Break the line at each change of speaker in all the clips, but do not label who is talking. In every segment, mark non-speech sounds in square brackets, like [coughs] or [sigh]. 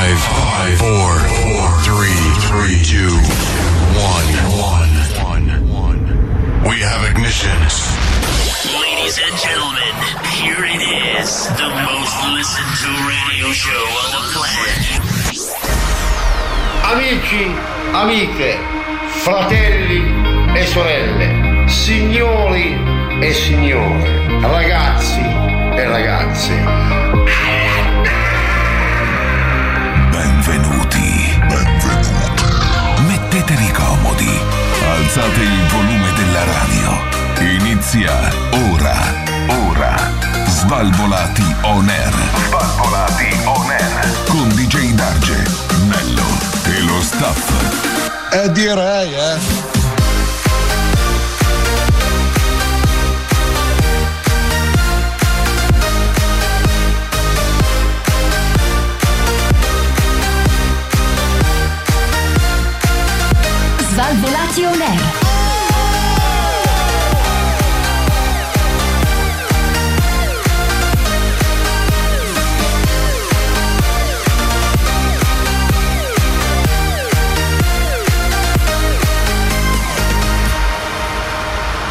Five, four, four, three, three, two, one, one, one, one. We have ignition.
Ladies and gentlemen, here it is, the most listened to radio show on the planet.
Amici, amiche, fratelli e sorelle, signori e signore, ragazzi e ragazze,
Benvenuti. Benvenuti. Mettetevi comodi. Alzate il volume della radio. Inizia ora. Ora. Svalvolati on air. Svalvolati on air. Con DJ Darge, Nello e lo staff.
Eh direi, eh.
Svalvolati on air.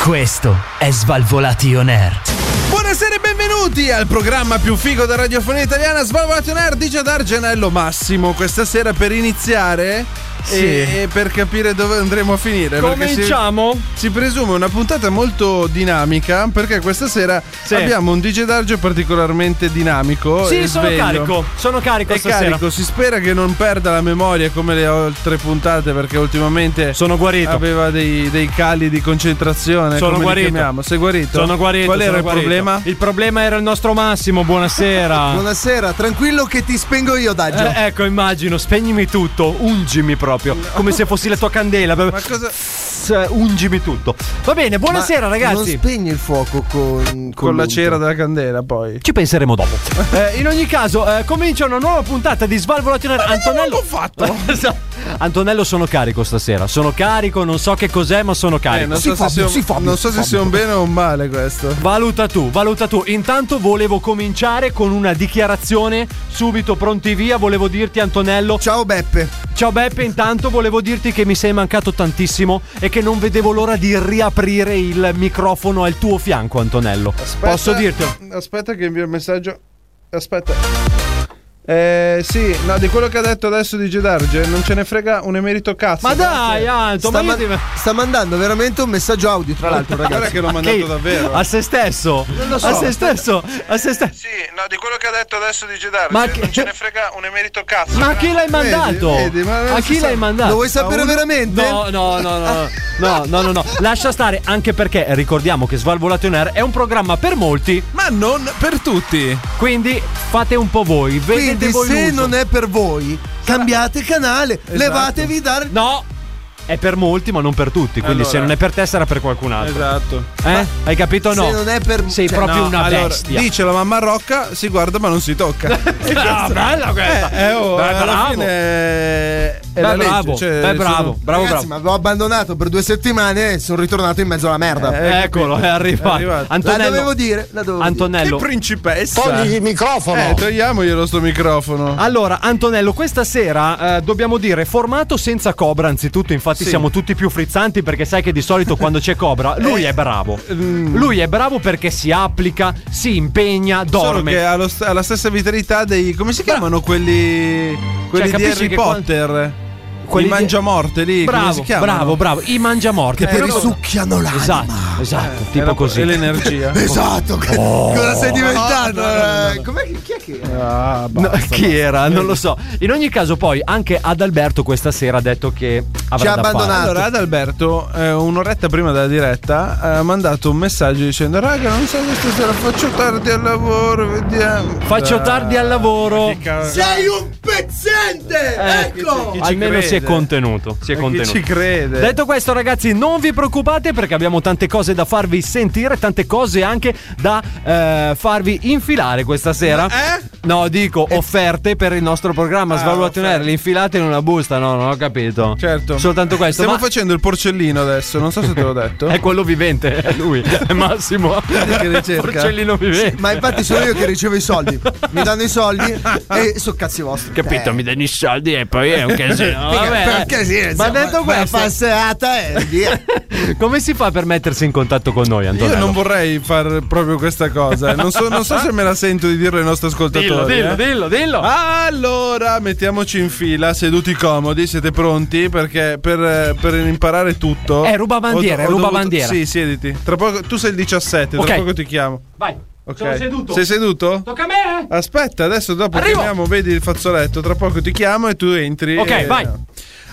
Questo è Svalvolati On Air.
Buonasera e benvenuti al programma più figo della radiofonia italiana Svalvolati on Air dice ad Argenello Massimo questa sera per iniziare e, e per capire dove andremo a finire perché si-
Cominciamo?
si, presume una puntata molto dinamica perché questa sera
Sì.
abbiamo un DJ Darge particolarmente dinamico e
Sì, sono
sveglio.
carico. Sono carico
è
stasera.
carico, si spera che non perda la memoria come le altre puntate perché ultimamente
Sono guarito.
aveva dei, dei cali di concentrazione.
Sono
come li
guarito.
chiamiamo. Sei guarito?
Sono guarito.
Qual era
sono
il
guarito.
problema?
Il problema era il nostro Massimo.
[laughs]
Buonasera.
Buonasera, tranquillo che ti spengo io, Daggio.
Eh, ecco, immagino, spegnimi tutto, ungimi proprio, come se fossi la tua candela.
Ma cosa...
S- Ungimi tutto. Va bene, buonasera
Ma Non
ragazzi.
spegni il fuoco con, con,
con la
l'unto.
cera della candela poi.
Ci penseremo dopo. [laughs] Eh, in ogni caso, eh, comincia una nuova puntata di Svalvolation Air. Antonello. L'ho [laughs] fatto. Antonello, sono carico stasera. Sono carico, non so che cos'è, ma sono
Eh,
carico.
non, so se sia un, non so se sia un bene o un male questo.
Valuta tu, valuta tu. Intanto volevo cominciare con una dichiarazione. Subito pronti via, volevo dirti Antonello.
Ciao Beppe.
Ciao Beppe, intanto volevo dirti che mi sei mancato tantissimo e che non vedevo l'ora di riaprire il microfono al tuo fianco, Antonello.
Aspetta-
Posso dirtelo?
Aspetta che invio il messaggio. Aspetta. Eh sì, no, di quello che ha detto adesso di Gedarge non ce ne frega un emerito cazzo.
Ma dai, Anto,
Sta,
ma io
ma-
ti-
sta mandando veramente un messaggio audio, tra l'altro,
Guarda
ragazzi.
che l'ho mandato
Che-
davvero. eh.
A se stesso. A se stesso. A se stesso.
Sì, no, di quello che ha detto adesso di Gedarge
Ma che-
frega un emerito cazzo.
Ma a chi l'hai mandato?
vedi, ma non
a
si
chi
sa-
l'hai mandato?
Lo vuoi sapere veramente?
No, no, no,
[laughs]
no, no, no, no, no. Lascia stare, anche perché ricordiamo che Svalvolation Air è un programma per molti,
Ma non per tutti.
quindi fate un po' voi, vedete
Quindi
voi
se
l'uso. Esatto.
non è per voi, cambiate canale, levatevi dal
No! È per molti, ma non per tutti, quindi se
Allora.
non è per te sarà per qualcun altro.
Esatto.
Eh? Hai capito o no?
Se non è per
Sei
cioè,
proprio
No,
una
allora,
bestia.
Dice la mamma Rocca, si guarda ma non si
[laughs]
tocca.
Ah, bella questa.
Eh, oh,
Beh,
alla
bravo.
fine è
Beh,
la legge,
bravo.
cioè,
Beh, bravo.
sono-
Bravo,
Ragazzi,
bravo.
ma l'ho abbandonato per due settimane e sono ritornato in mezzo alla merda.
Eh, hai
Eccolo,
capito?
è arrivato.
È arrivato.
la
Antonello.
dovevo dire, la dovevo
Antonello.
Che principessa.
microfono.
Eh, togliamoglielo sto microfono.
Allora, Antonello, questa sera eh, dobbiamo dire formato senza Cobra. Anzitutto, infatti,
Sì. Eh,
siamo tutti più frizzanti perché sai che di solito quando c'è
[laughs]
Cobra, lui è bravo.
mm.
Lui è bravo perché si applica, si impegna,
Solo che
dorme.
ha, lo st- ha la stessa vitalità dei. come si chiamano quelli. quelli di
Cioè, capisci
Harry
che qua-
Potter?
quelli
I
di-
mangiamorte lì. come si
Bravo,
chiamano?
bravo, bravo. I mangiamorte.
Che ti
Però-
risucchiano l'anima.
Esatto, esatto, tipo
Eh, Era-
così. [laughs]
E l'energia.
Esatto, che- cosa sei diventato? eh? Com'è che- chi è che è?
Ah,
No, chi era? Non lo so. In ogni caso, poi anche ad Alberto questa sera ha detto che avrà
Ci ha
da fare.
abbandonato.
Allora, Adalberto, eh, un'oretta prima della diretta, eh, ha mandato un messaggio dicendo: Raga, non so questa sera faccio tardi al lavoro, vediamo.
Faccio tardi al lavoro.
Che cavolo.
Sei un pezzente!
Eh,
ecco!
chi ci
Almeno si è
crede?
contenuto. Si è
E chi
contenuto.
ci crede?
Detto questo, ragazzi, non vi preoccupate perché abbiamo tante cose da farvi sentire, tante cose anche da eh, farvi infilare questa sera. stasera.
Eh?
No, dico offerte per il nostro programma
Ah,
Svalvolation Air.
offerte.
Le infilate in una busta, no, non ho capito.
Certo.
Soltanto questo.
Stiamo
ma- Ecco,
facendo il porcellino adesso, non so se te
[laughs]
l'ho detto.
È quello vivente, è lui, è Massimo.
Che ne cerca?
Porcellino vivente.
Ma infatti sono io che ricevo i soldi. Mi danno i
[laughs]
soldi e sono cazzi vostri. Eh,
Capito, mi danno i soldi e poi è un casino. Vabbè.
Perché sì,
Ma
insomma,
detto
vai a
questo,
passeata e via.
come si fa per mettersi in contatto con noi,
Io
Antonello?
non vorrei far proprio questa cosa. eh. Non so, non so se me la sento di dirlo ai nostri ascoltatori.
Dillo, dillo,
eh.
dillo, dillo.
Allora, mettiamoci in fila, seduti comodi, siete pronti? Perché per, eh, per imparare tutto.
Eh, ruba bandiera, ruba bandiera.
Sì, siediti. Tra poco, tu sei il 17, tra
Ok.
poco ti chiamo.
Vai.
Ok.
Sono seduto.
Sei seduto?
Tocca a me?
Aspetta, adesso dopo
Arrivo.
chiamiamo, vedi il fazzoletto, tra poco ti chiamo e tu entri.
Ok,
e-
vai.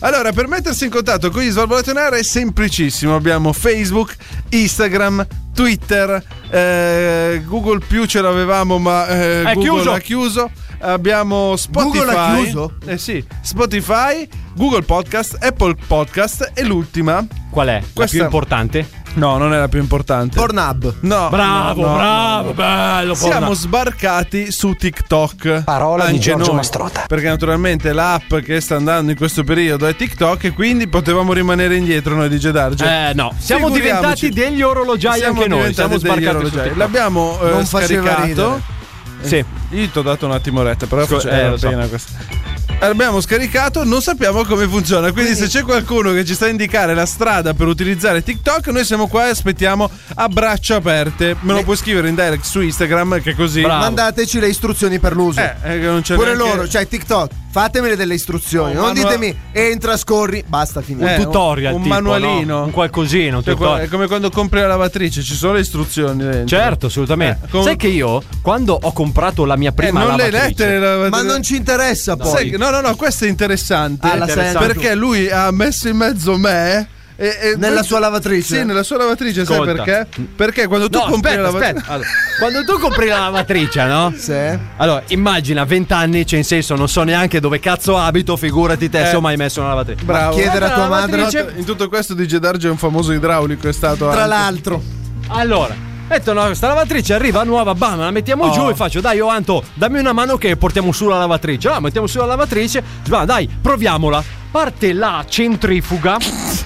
Allora, per mettersi in contatto con gli Svalvolati on Air è semplicissimo. Abbiamo Facebook, Instagram, Twitter, eh, Google più ce l'avevamo, ma eh,
È
Google
chiuso.
l'ha chiuso. Abbiamo Spotify.
Google l'ha chiuso?
Eh sì, Spotify, Google Podcast, Apple Podcast e l'ultima.
Qual è? La
Questa-
più importante?
No, non è la più
[laughs]
importante.
Pornhub.
no,
Bravo,
no, no,
bravo, bello.
siamo
porno.
sbarcati su TikTok. Parola di Giorgio Mastrota. Perché naturalmente l'app che sta andando in questo periodo è TikTok e quindi potevamo rimanere indietro noi di Gedarge.
Eh no, siamo
Figuriamoci.
diventati degli orologiai
Siamo
anche noi,
diventati
siamo
degli
sbarcati su
orologiai.
TikTok.
L'abbiamo eh,
Non faceva
scaricato.
Sì.
Io ti ho dato un attimo retta, però
Scusa,
faccio-
eh,
era
lo so.
appena questa. L'abbiamo scaricato, non sappiamo come funziona. Quindi, se c'è qualcuno che ci sta a indicare la strada per utilizzare TikTok, noi siamo qua e aspettiamo a braccia aperte. Me lo puoi scrivere in direct su Instagram, che così.
Bravo.
Mandateci le istruzioni per l'uso.
Eh, eh, che non c'è
Pure
neanche-
loro, cioè TikTok, fatemele delle istruzioni.
Oh,
non
manual-
ditemi entra, scorri, basta, oh. finire.
Eh,
un tutorial
un
tipo,
manualino.
no? un qualcosino, un
Cioè, qua- è
tutorial.
come quando compri la lavatrice, ci sono le istruzioni. dentro.
Certo, assolutamente.
Eh, com-
Sai che io quando ho comprato la mia
Eh,
prima
non le
lavatrice,
lettere
Ma non ci interessa poi.
Sai che- no, no, no, questo è interessante.
Ah, la sento.
perché lui ha messo in mezzo me. e- e-
Nella sua lavatrice?
Sì, nella sua lavatrice,
Ascolta.
sai perché? Perché quando tu
No,
compri
aspetta,
la lavatrice.
aspetta. Allora, quando tu compri la lavatrice, no?
[laughs]
Sì.
Allora, immagina 20 anni, cioè in senso non so neanche dove cazzo abito, figurati te,
Eh.
se ho mai messo una lavatrice.
Bravo.
Chiedere a tua
Guarda,
madre.
lavatrice-
In tutto questo di Gedarge è un famoso idraulico, è stato.
Tra
anche.
l'altro,
Allora, ho detto no, sta lavatrice arriva nuova, bam, la mettiamo giù e faccio, dai, oh Anto, dammi una mano che portiamo su la lavatrice. La mettiamo su la lavatrice, va, dai, proviamola. Parte la centrifuga.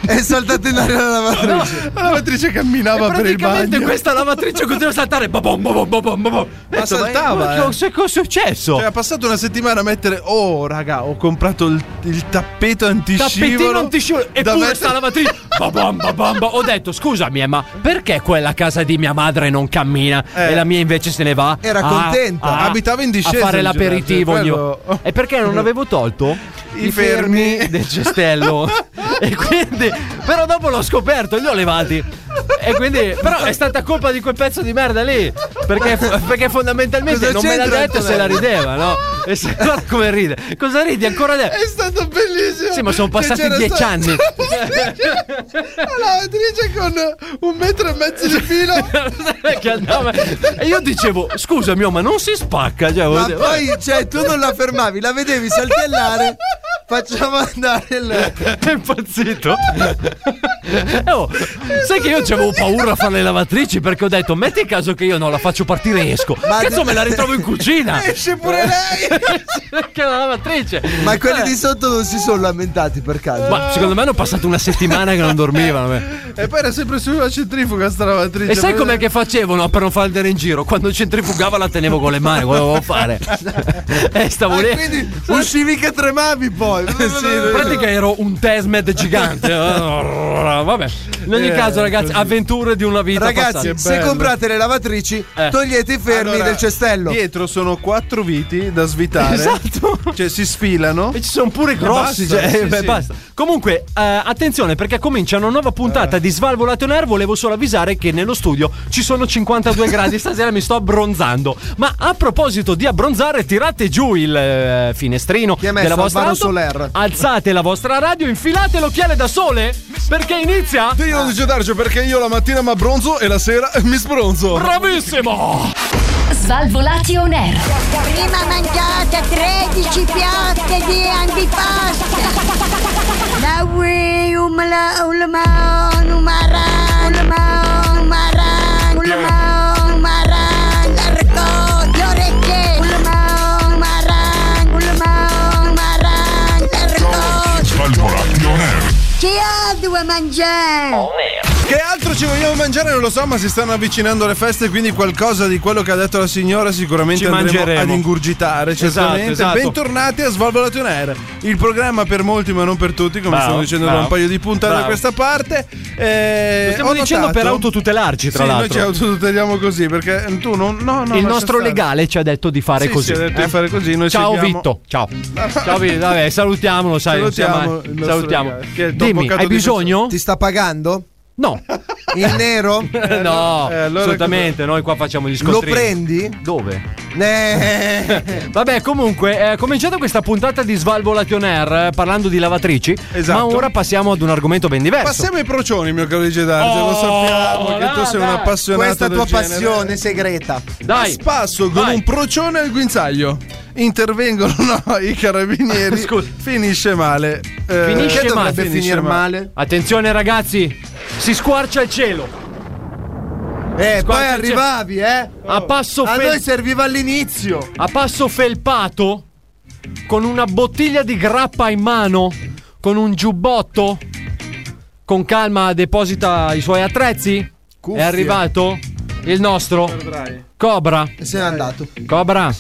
è saltato in aria la lavatrice.
La lavatrice camminava
e
per il
praticamente
bagno.
questa lavatrice continua a saltare. Ba bom, ba bom, ba bom, ba bom. Ho detto,
saltava,
ma
eh.
Non so cosa è successo.
Cioè, ha passato una settimana a mettere. Oh, raga, ho comprato il, il tappeto antiscivolo.
Tappettino antiscivolo e
da
pure
mettere-
sta [laughs] lavatrice. Ba bom, ba bom, ba. Ho detto scusami, eh, ma perché quella casa di mia madre non cammina
Eh.
e la mia invece se ne va?
Era
Ah,
contenta.
ah,
Abitava in discesa,
a fare
in
l'aperitivo.
generale,
ogni-
quello-
E perché non avevo tolto
[laughs] I fermi.
del
[laughs]
cestello? e quindi, però dopo l'ho scoperto, li ho levati. E quindi, però è stata colpa di quel pezzo di merda lì. Perché, perché
Cosa
fondamentalmente non me l'ha
c'entra,
detto se la
Antonello?
rideva, no? E se, [laughs] guarda come ride. Cosa ridi ancora adesso?
È stato bellissimo.
Sì, ma sono
Che
passati
c'era
[laughs]
dieci
sta-
anni.
La lavatrice con un metro e mezzo di
[laughs]
filo.
che andava- Cioè, E io dicevo, scusa mio, ma non si spacca. Cioè, volevo
Ma
dire,
poi, cioè, tu non la fermavi, la vedevi saltellare. Facciamo andare il.
è
[laughs]
impazzito. E oh, sai che io avevo paura a fare le lavatrici perché ho detto, metti in caso che io non la faccio partire e esco.
Ma-
Cazzo, me la ritrovo
[laughs]
in cucina.
Esce pure lei!
che è una lavatrice.
Eh. [laughs] Ma quelli di sotto non si sono lamentati per caso.
Ma secondo me hanno passato una settimana che non dormivano. eh.
E poi era sempre sulla centrifuga sta lavatrice.
E sai com'è che facevano per non far andare in giro? Quando centrifugava la tenevo con le mani, cosa
[laughs]
dovevo fare? E stavo lì.
Ah, quindi uscivi che tremavi [laughs] poi.
In pratica ero un Tesmed [laughs] gigante. Vabbè. In ogni
Eh,
caso, ragazzi, avventure di una vita.
Ragazzi,
passata.
se
bello.
comprate le lavatrici,
Eh.
togliete i fermi
Allora,
del cestello.
Dietro sono quattro viti da svitare.
Esatto.
Cioè si sfilano.
E ci sono pure grossi.
basta,
cioè,
sì,
beh,
sì.
basta. Comunque, eh, attenzione perché comincia una nuova puntata di Svalvolato on Air. Volevo solo avvisare che nello studio ci sono 52 gradi. Stasera mi sto abbronzando. Ma a proposito di abbronzare, tirate giù il eh, finestrino
Chi ha messo
della vostra
Alvaro
auto,
Soler?
Alzate la vostra radio, infilate l'occhiale da sole perché inizia.
Io non dice Darcio perché io la mattina mi abbronzo e la sera mi sbronzo.
Bravissimo!
Svalvolati on air.
Prima mangiate 13 piatte di antipasto. La um, ui umla ulman umaran um, ulman umaran ulman umaran l'arco le orecchie um, vuoi mangiare?
Che altro ci vogliamo mangiare non lo so, ma si stanno avvicinando le feste, quindi qualcosa di quello che ha detto la signora sicuramente
Ci
andremo ad
mangeremo.
ingurgitare,
Esatto,
certamente.
esatto.
Bentornati a Svalvolation Air, il programma per molti ma non per tutti, come
Bravo,
stanno dicendo da
bravo,
un paio di puntate
bravo.
a questa parte. Eh,
Lo stiamo
ho
dicendo
notato-
per autotutelarci, tra
Sì,
l'altro.
noi ci autotuteliamo così, perché tu non... No, no,
il
lascia
nostro
stare.
legale ci ha detto di fare
Sì,
così. eh?
sì, ha detto di fare così, noi
Ciao
seguiamo-
Vitto. Ciao. Ciao Vitto. Vabbè, salutiamolo, sai. non sia
Salutiamo
mai-
il nostro
salutiamo.
legale, che è dopo
Dimmi,
caduto
hai
di
bisogno?
Ti sta pagando? [laughs]
No.
In nero? [laughs]
no,
[laughs] eh, allora
assolutamente. Noi qua facciamo gli
Lo
scontrini. [laughs]
prendi?
Dove?
Eh.
Vabbè, comunque, eh, cominciata questa puntata di Svalvolation Air eh, parlando di lavatrici.
Esatto.
Ma ora passiamo ad un argomento ben diverso.
Passiamo ai procioni, mio caro Luigi D'Arge, lo
Oh,
sappiamo che tu
dai,
sei
dai.
un appassionato
Questa è
del
tua
genere.
passione segreta.
Dai.
Spasso con
Vai.
un procione al guinzaglio. Intervengono [laughs] no, i carabinieri.
Scusa.
Finisce male. Eh,
Finisce
che
male.
dovrebbe
Finisce
finire male?
Attenzione ragazzi, si squarcia il cielo.
Eh, poi
c'è-
arrivavi, eh.
A passo,
A
fel-
noi serviva all'inizio.
a passo felpato, con una bottiglia di grappa in mano, con un giubbotto, con calma deposita i suoi attrezzi.
Cuffie.
È arrivato il nostro Cobra.
E se n'è andato.
Cobra.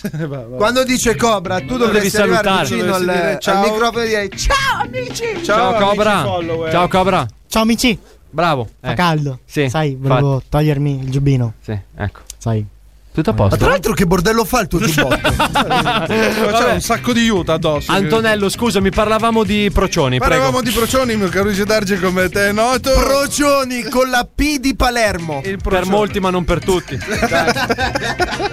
Quando dice Cobra, tu dovresti
devi
arrivare
salutare.
vicino al,
Dovresti dire
al
ciao.
microfono e dire ciao amici.
Ciao,
amici
Cobra.
follower.
Ciao Cobra.
Ciao amici,
Bravo.
fa
Eh,
caldo.
Sì,
Sai,
infatti.
volevo togliermi il giubbino.
Sì, ecco.
Sai.
Tutto a
Ma
posto.
tra l'altro che bordello fa il [laughs] tuo giubbotto?
C'è Eh, un sacco di aiuto addosso.
Antonello, scusami, parlavamo di procioni,
Parlavamo
prego.
di procioni, mio caro Luigi D'Arge, come te è noto.
Procioni con la P di Palermo.
Il
Per
procione.
molti, ma non per
[laughs]
tutti. Dai.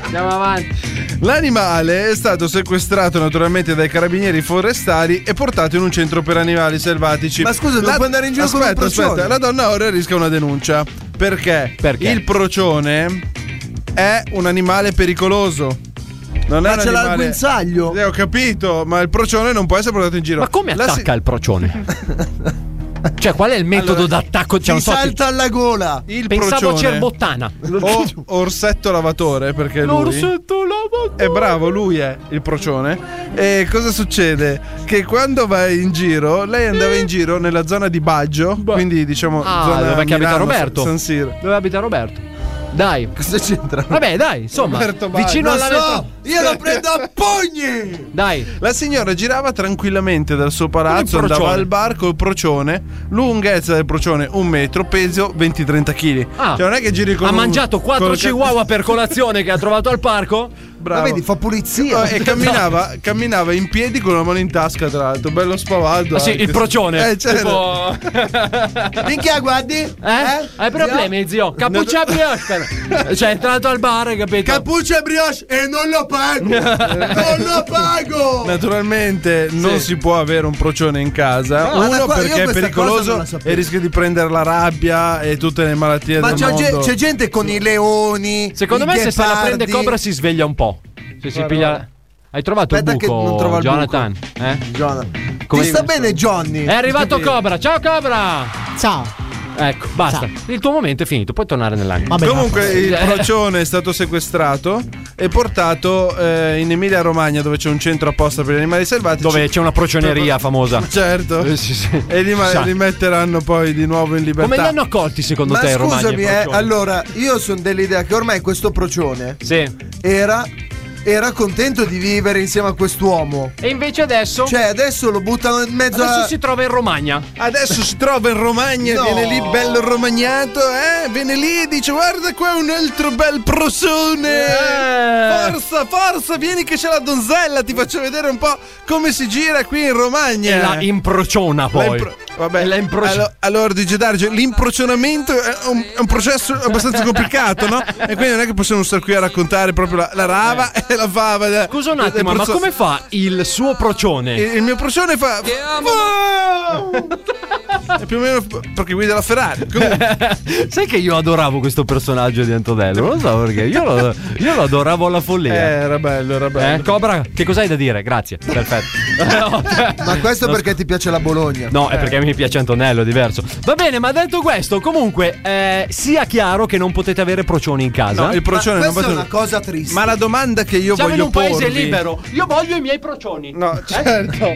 Andiamo avanti.
L'animale è stato sequestrato naturalmente dai carabinieri forestali e portato in un centro per animali selvatici.
Ma scusa, non
La-
può andare in giro con
aspetta,
un procione?
Aspetta, la donna ora rischia una denuncia. Perché?
Perché?
Il procione è un animale pericoloso. Non è
Ma
un
ce l'ha al
animale-
guinzaglio.
Eh, ho capito, ma il procione non può essere portato in giro.
Ma come
La si-
attacca il
[laughs]
procione? cioè, qual è il metodo d'attacco? Cioè,
Ti
non so,
salta alla gola.
il
pensavo
procione
cerbottana.
o orsetto lavatore, perché lui E bravo, lui è il procione. E cosa succede? Che quando vai in giro, lei andava in giro nella zona di Baggio, quindi diciamo
Ah,
zona
dove che abita
Milano,
Roberto.
San Siro.
Dove abita Roberto? Dai.
Cosa c'entra?
Vabbè, dai, insomma,
Roberto Baldo.
vicino
Lo
alla metro-
so, io lo prendo a pugni.
Dai.
La signora girava tranquillamente dal suo palazzo,
Con il
andava
procione.
al bar col procione, lunghezza del procione un metro, peso 20-30 kg.
Ah.
Cioè non è che giri con
Ha
un-
mangiato
col
quattro
ca-
chihuahua per colazione che ha trovato al
[laughs]
parco.
Ma
Bravo.
vedi, fa pulizia.
Eh, e camminava, camminava in piedi con la mano in tasca, tra l'altro, bello spavaldo.
Ah, sì,
anche.
il procione.
Eh, certo.
Tipo-
Minchia, guardi? Eh?
Eh? Hai problemi, zio? Cappuccia a
[laughs]
brioche. Cioè, è entrato al bar, capito?
Cappuccia e brioche e non lo pago! non lo pago!
Naturalmente non si può avere un procione in casa.
No, guarda
Uno
qua, io
perché è
questa cosa non
pericoloso
la sapevo.
e rischia di prendere la rabbia e tutte le malattie
Ma
del
c'è, ge-
mondo.
c'è gente con i leoni.
Secondo
i
me, se se la
ghepardi.
prende Cobra, si sveglia un po'. Se si piglia. Hai trovato
Aspetta
il
che
buco,
non trovo il
Jonathan? Eh?
Jonah.
Come-
Ti sta bene, Johnny?
È arrivato Cobra. Ciao, Cobra.
Ciao.
Ecco, basta. Il tuo momento è finito. Puoi tornare nell'angolo.
Vabbè.
Comunque
grazie.
il
Eh.
procione è stato sequestrato e portato eh, in Emilia Romagna dove c'è un centro apposta per gli animali selvatici.
Dove c'è una procioneria famosa.
Certo.
Eh, sì, sì.
E li, ma-
Sa.
li metteranno poi di nuovo in libertà.
Come li hanno accolti secondo
Ma
te, i Romagna?
scusami,
i
eh,
procioni?
allora, io sono dell'idea che ormai questo procione
Sì.
era, era contento di vivere insieme a quest'uomo.
E invece adesso.
Cioè, adesso lo buttano in mezzo
adesso
a.
si trova in Romagna.
Adesso si trova in Romagna,
No.
viene lì bello romagnato, eh? Viene lì e dice guarda qua un altro bel prosone!
Eh.
Forza, forza, vieni che c'è la donzella, ti faccio vedere un po' come si gira qui in Romagna.
Eh.
E la improciona
La
poi.
impro- Vabbè,
E la impro-
allo- allora dice Darge, l'improcionamento è un, è un processo abbastanza complicato, no? E quindi non è che possiamo stare qui a raccontare proprio la, la rava e la fava. del-
Eh. Scusa un
del
attimo, ma
prozo-
come fa il suo procione?
Eh.
il, il mio procione fa. Wow! È più o meno p- perché guida la Ferrari.
[laughs]
Comunque,
Sai che io adoravo questo personaggio di Antonello, non lo so perché, io lo, io lo adoravo alla
eh,
follia.
era bello, era
Eh,
bello.
Cobra, che cos'hai da dire? Grazie, [laughs] perfetto. cioè,
Ma questo perché ti piace la Bologna?
No, è perché mi piace Antonello, è diverso. Va bene, ma detto questo, comunque, eh, sia chiaro che non potete avere procioni in casa.
No, il procione
Ma
non
questa è
potevo-
una cosa triste.
Ma la domanda che io
Siamo in
voglio
un paese Eh?
porvi-
libero. Io voglio i miei procioni.
No, certo.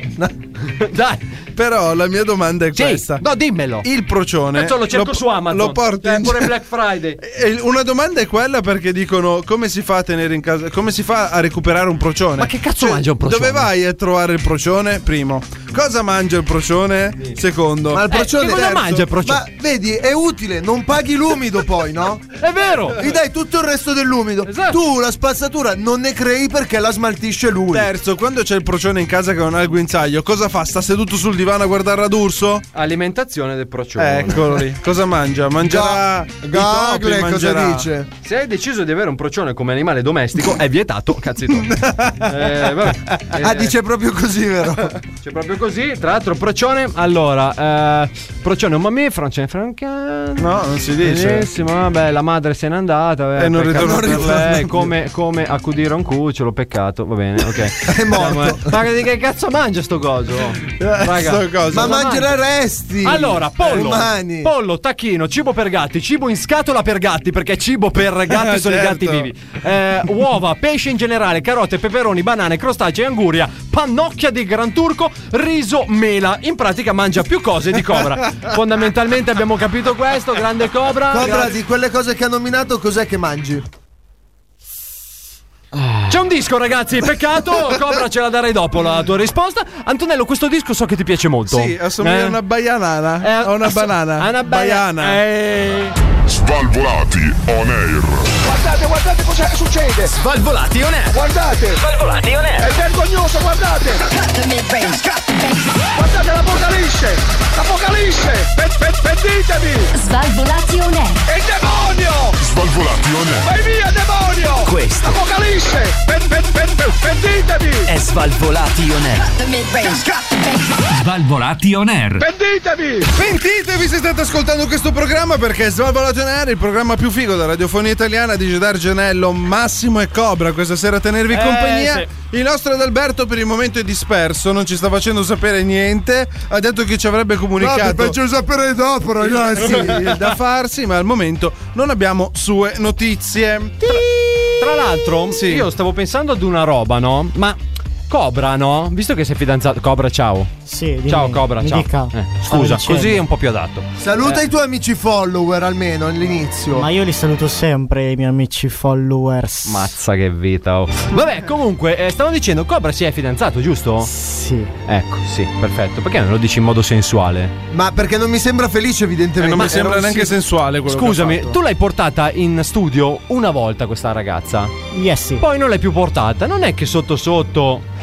Dai.
Però la mia domanda è questa.
No, dimmelo.
Il procione.
Cazzo, Eh, lo cerco
po-
su Amazon.
Lo porti
Eh,
in
pure Black Friday.
E il- una domanda è quella perché dicono come si fa a tenere in casa, come si fa a recuperare un procione? Ma che
cazzo mangia un procione?
Dove vai a trovare il procione? Primo. Cosa mangia il procione? Secondo.
Ma il procione
Terzo.
Ma vedi, è utile, non paghi l'umido poi, no?
È vero!
Gli dai tutto il resto dell'umido. Tu la spazzatura non ne crei perché la smaltisce lui.
Terzo, quando c'è il procione in casa che non ha il guinzaglio, cosa fa? Sta seduto sul divano a guardare Radurso?
Alimentazione del procione.
Eccolo lì. Cosa mangia? Mangerà i topi, mangerà-
Se hai deciso di avere un procione come animale domestico, è vietato. Cazzi [laughs] tuoi. Eh, vabbè.
[laughs] Ah,
Eh,
dice proprio così,
[laughs]
vero?
C'è proprio così. Tra l'altro, procione. Allora, eh, procione è un mammifero, non ce ne frega.
No, non si dice.
Benissimo, vabbè, la madre se n'è andata. eh,
E non
peccato
ritorna
per
più.
lei, come, come accudire un cucciolo, peccato. Va bene, ok.
[laughs]
è morto. Ma di che cazzo mangia sto coso?
Eh,
Raga.
sto coso. Ma Eh,
Cosa
mangerà resti.
Allora, pollo,
Umani.
pollo, tacchino, cibo per gatti, cibo in scatola per gatti, perché cibo per
[laughs]
gatti sono
Certo.
i gatti vivi. Eh, uova, pesce in generale, carote, peperoni, banane, crostacei, anguria, pannocchia di gran turco, riso, mela. In pratica mangia più cose di
[laughs]
cobra. Fondamentalmente abbiamo capito questo, grande cobra.
Cobra,
grazie.
di quelle cose che ha nominato, cos'è che mangi?
C'è un disco, ragazzi, peccato. Cobra ce la darei dopo la tua risposta. Antonello, questo disco so che ti piace molto.
Sì, assomiglia
Eh?
a una baianana.
Eh,
a una
asso-
banana.
a una Eh. baia-
Baiana.
Svalvolati on air.
Guardate, guardate cosa succede! Svalvolati on air! Guardate! Svalvolati on air! È vergognoso, guardate! Guardate l'apocalisse! L'apocalisse! Pe- pe- Pentitevi! Svalvolati on air! Il demonio!
Svalvolati on air.
Vai via, demonio!
Questo.
L'apocalisse! Pe- pe- pe- pe- Pentitevi! È
Svalvolati on air. Svalvolati on air.
Pentitevi!
Pentitevi se state ascoltando questo programma perché Svalvolato on Air, il programma più figo della radiofonia italiana di Dargenello, Massimo e Cobra questa sera a tenervi
Eh,
compagnia.
sì.
Il nostro Adalberto per il momento è disperso, non ci sta facendo sapere niente, ha detto che ci avrebbe comunicato.
Vabbè, faccio sapere dopo, ragazzi.
Il da farsi, ma al momento non abbiamo sue notizie. Eh,
Tra l'altro, io stavo pensando ad una roba, no? Ma Cobra, no? Visto che sei fidanzato. Cobra, ciao.
Sì, dimmi,
ciao, Cobra,
mi
ciao.
dica.
Eh,
Stavo
scusa,
dicendo.
così è un po' più adatto. Eh.
Saluta i tuoi amici follower almeno all'inizio.
Ma io li saluto sempre, i miei amici followers.
Mazza che vita, oh. Vabbè, comunque, eh, stavo dicendo, Cobra si è fidanzato, giusto?
Sì.
Ecco, sì, perfetto. Perché non lo dici in modo sensuale?
Ma perché non mi sembra felice, evidentemente.
Eh, non mi sembra
Era un
neanche
sì-
sensuale
Scusami, tu l'hai portata in studio una volta questa ragazza?
Yes, sì.
Poi non l'hai più portata. Non è che sotto sotto.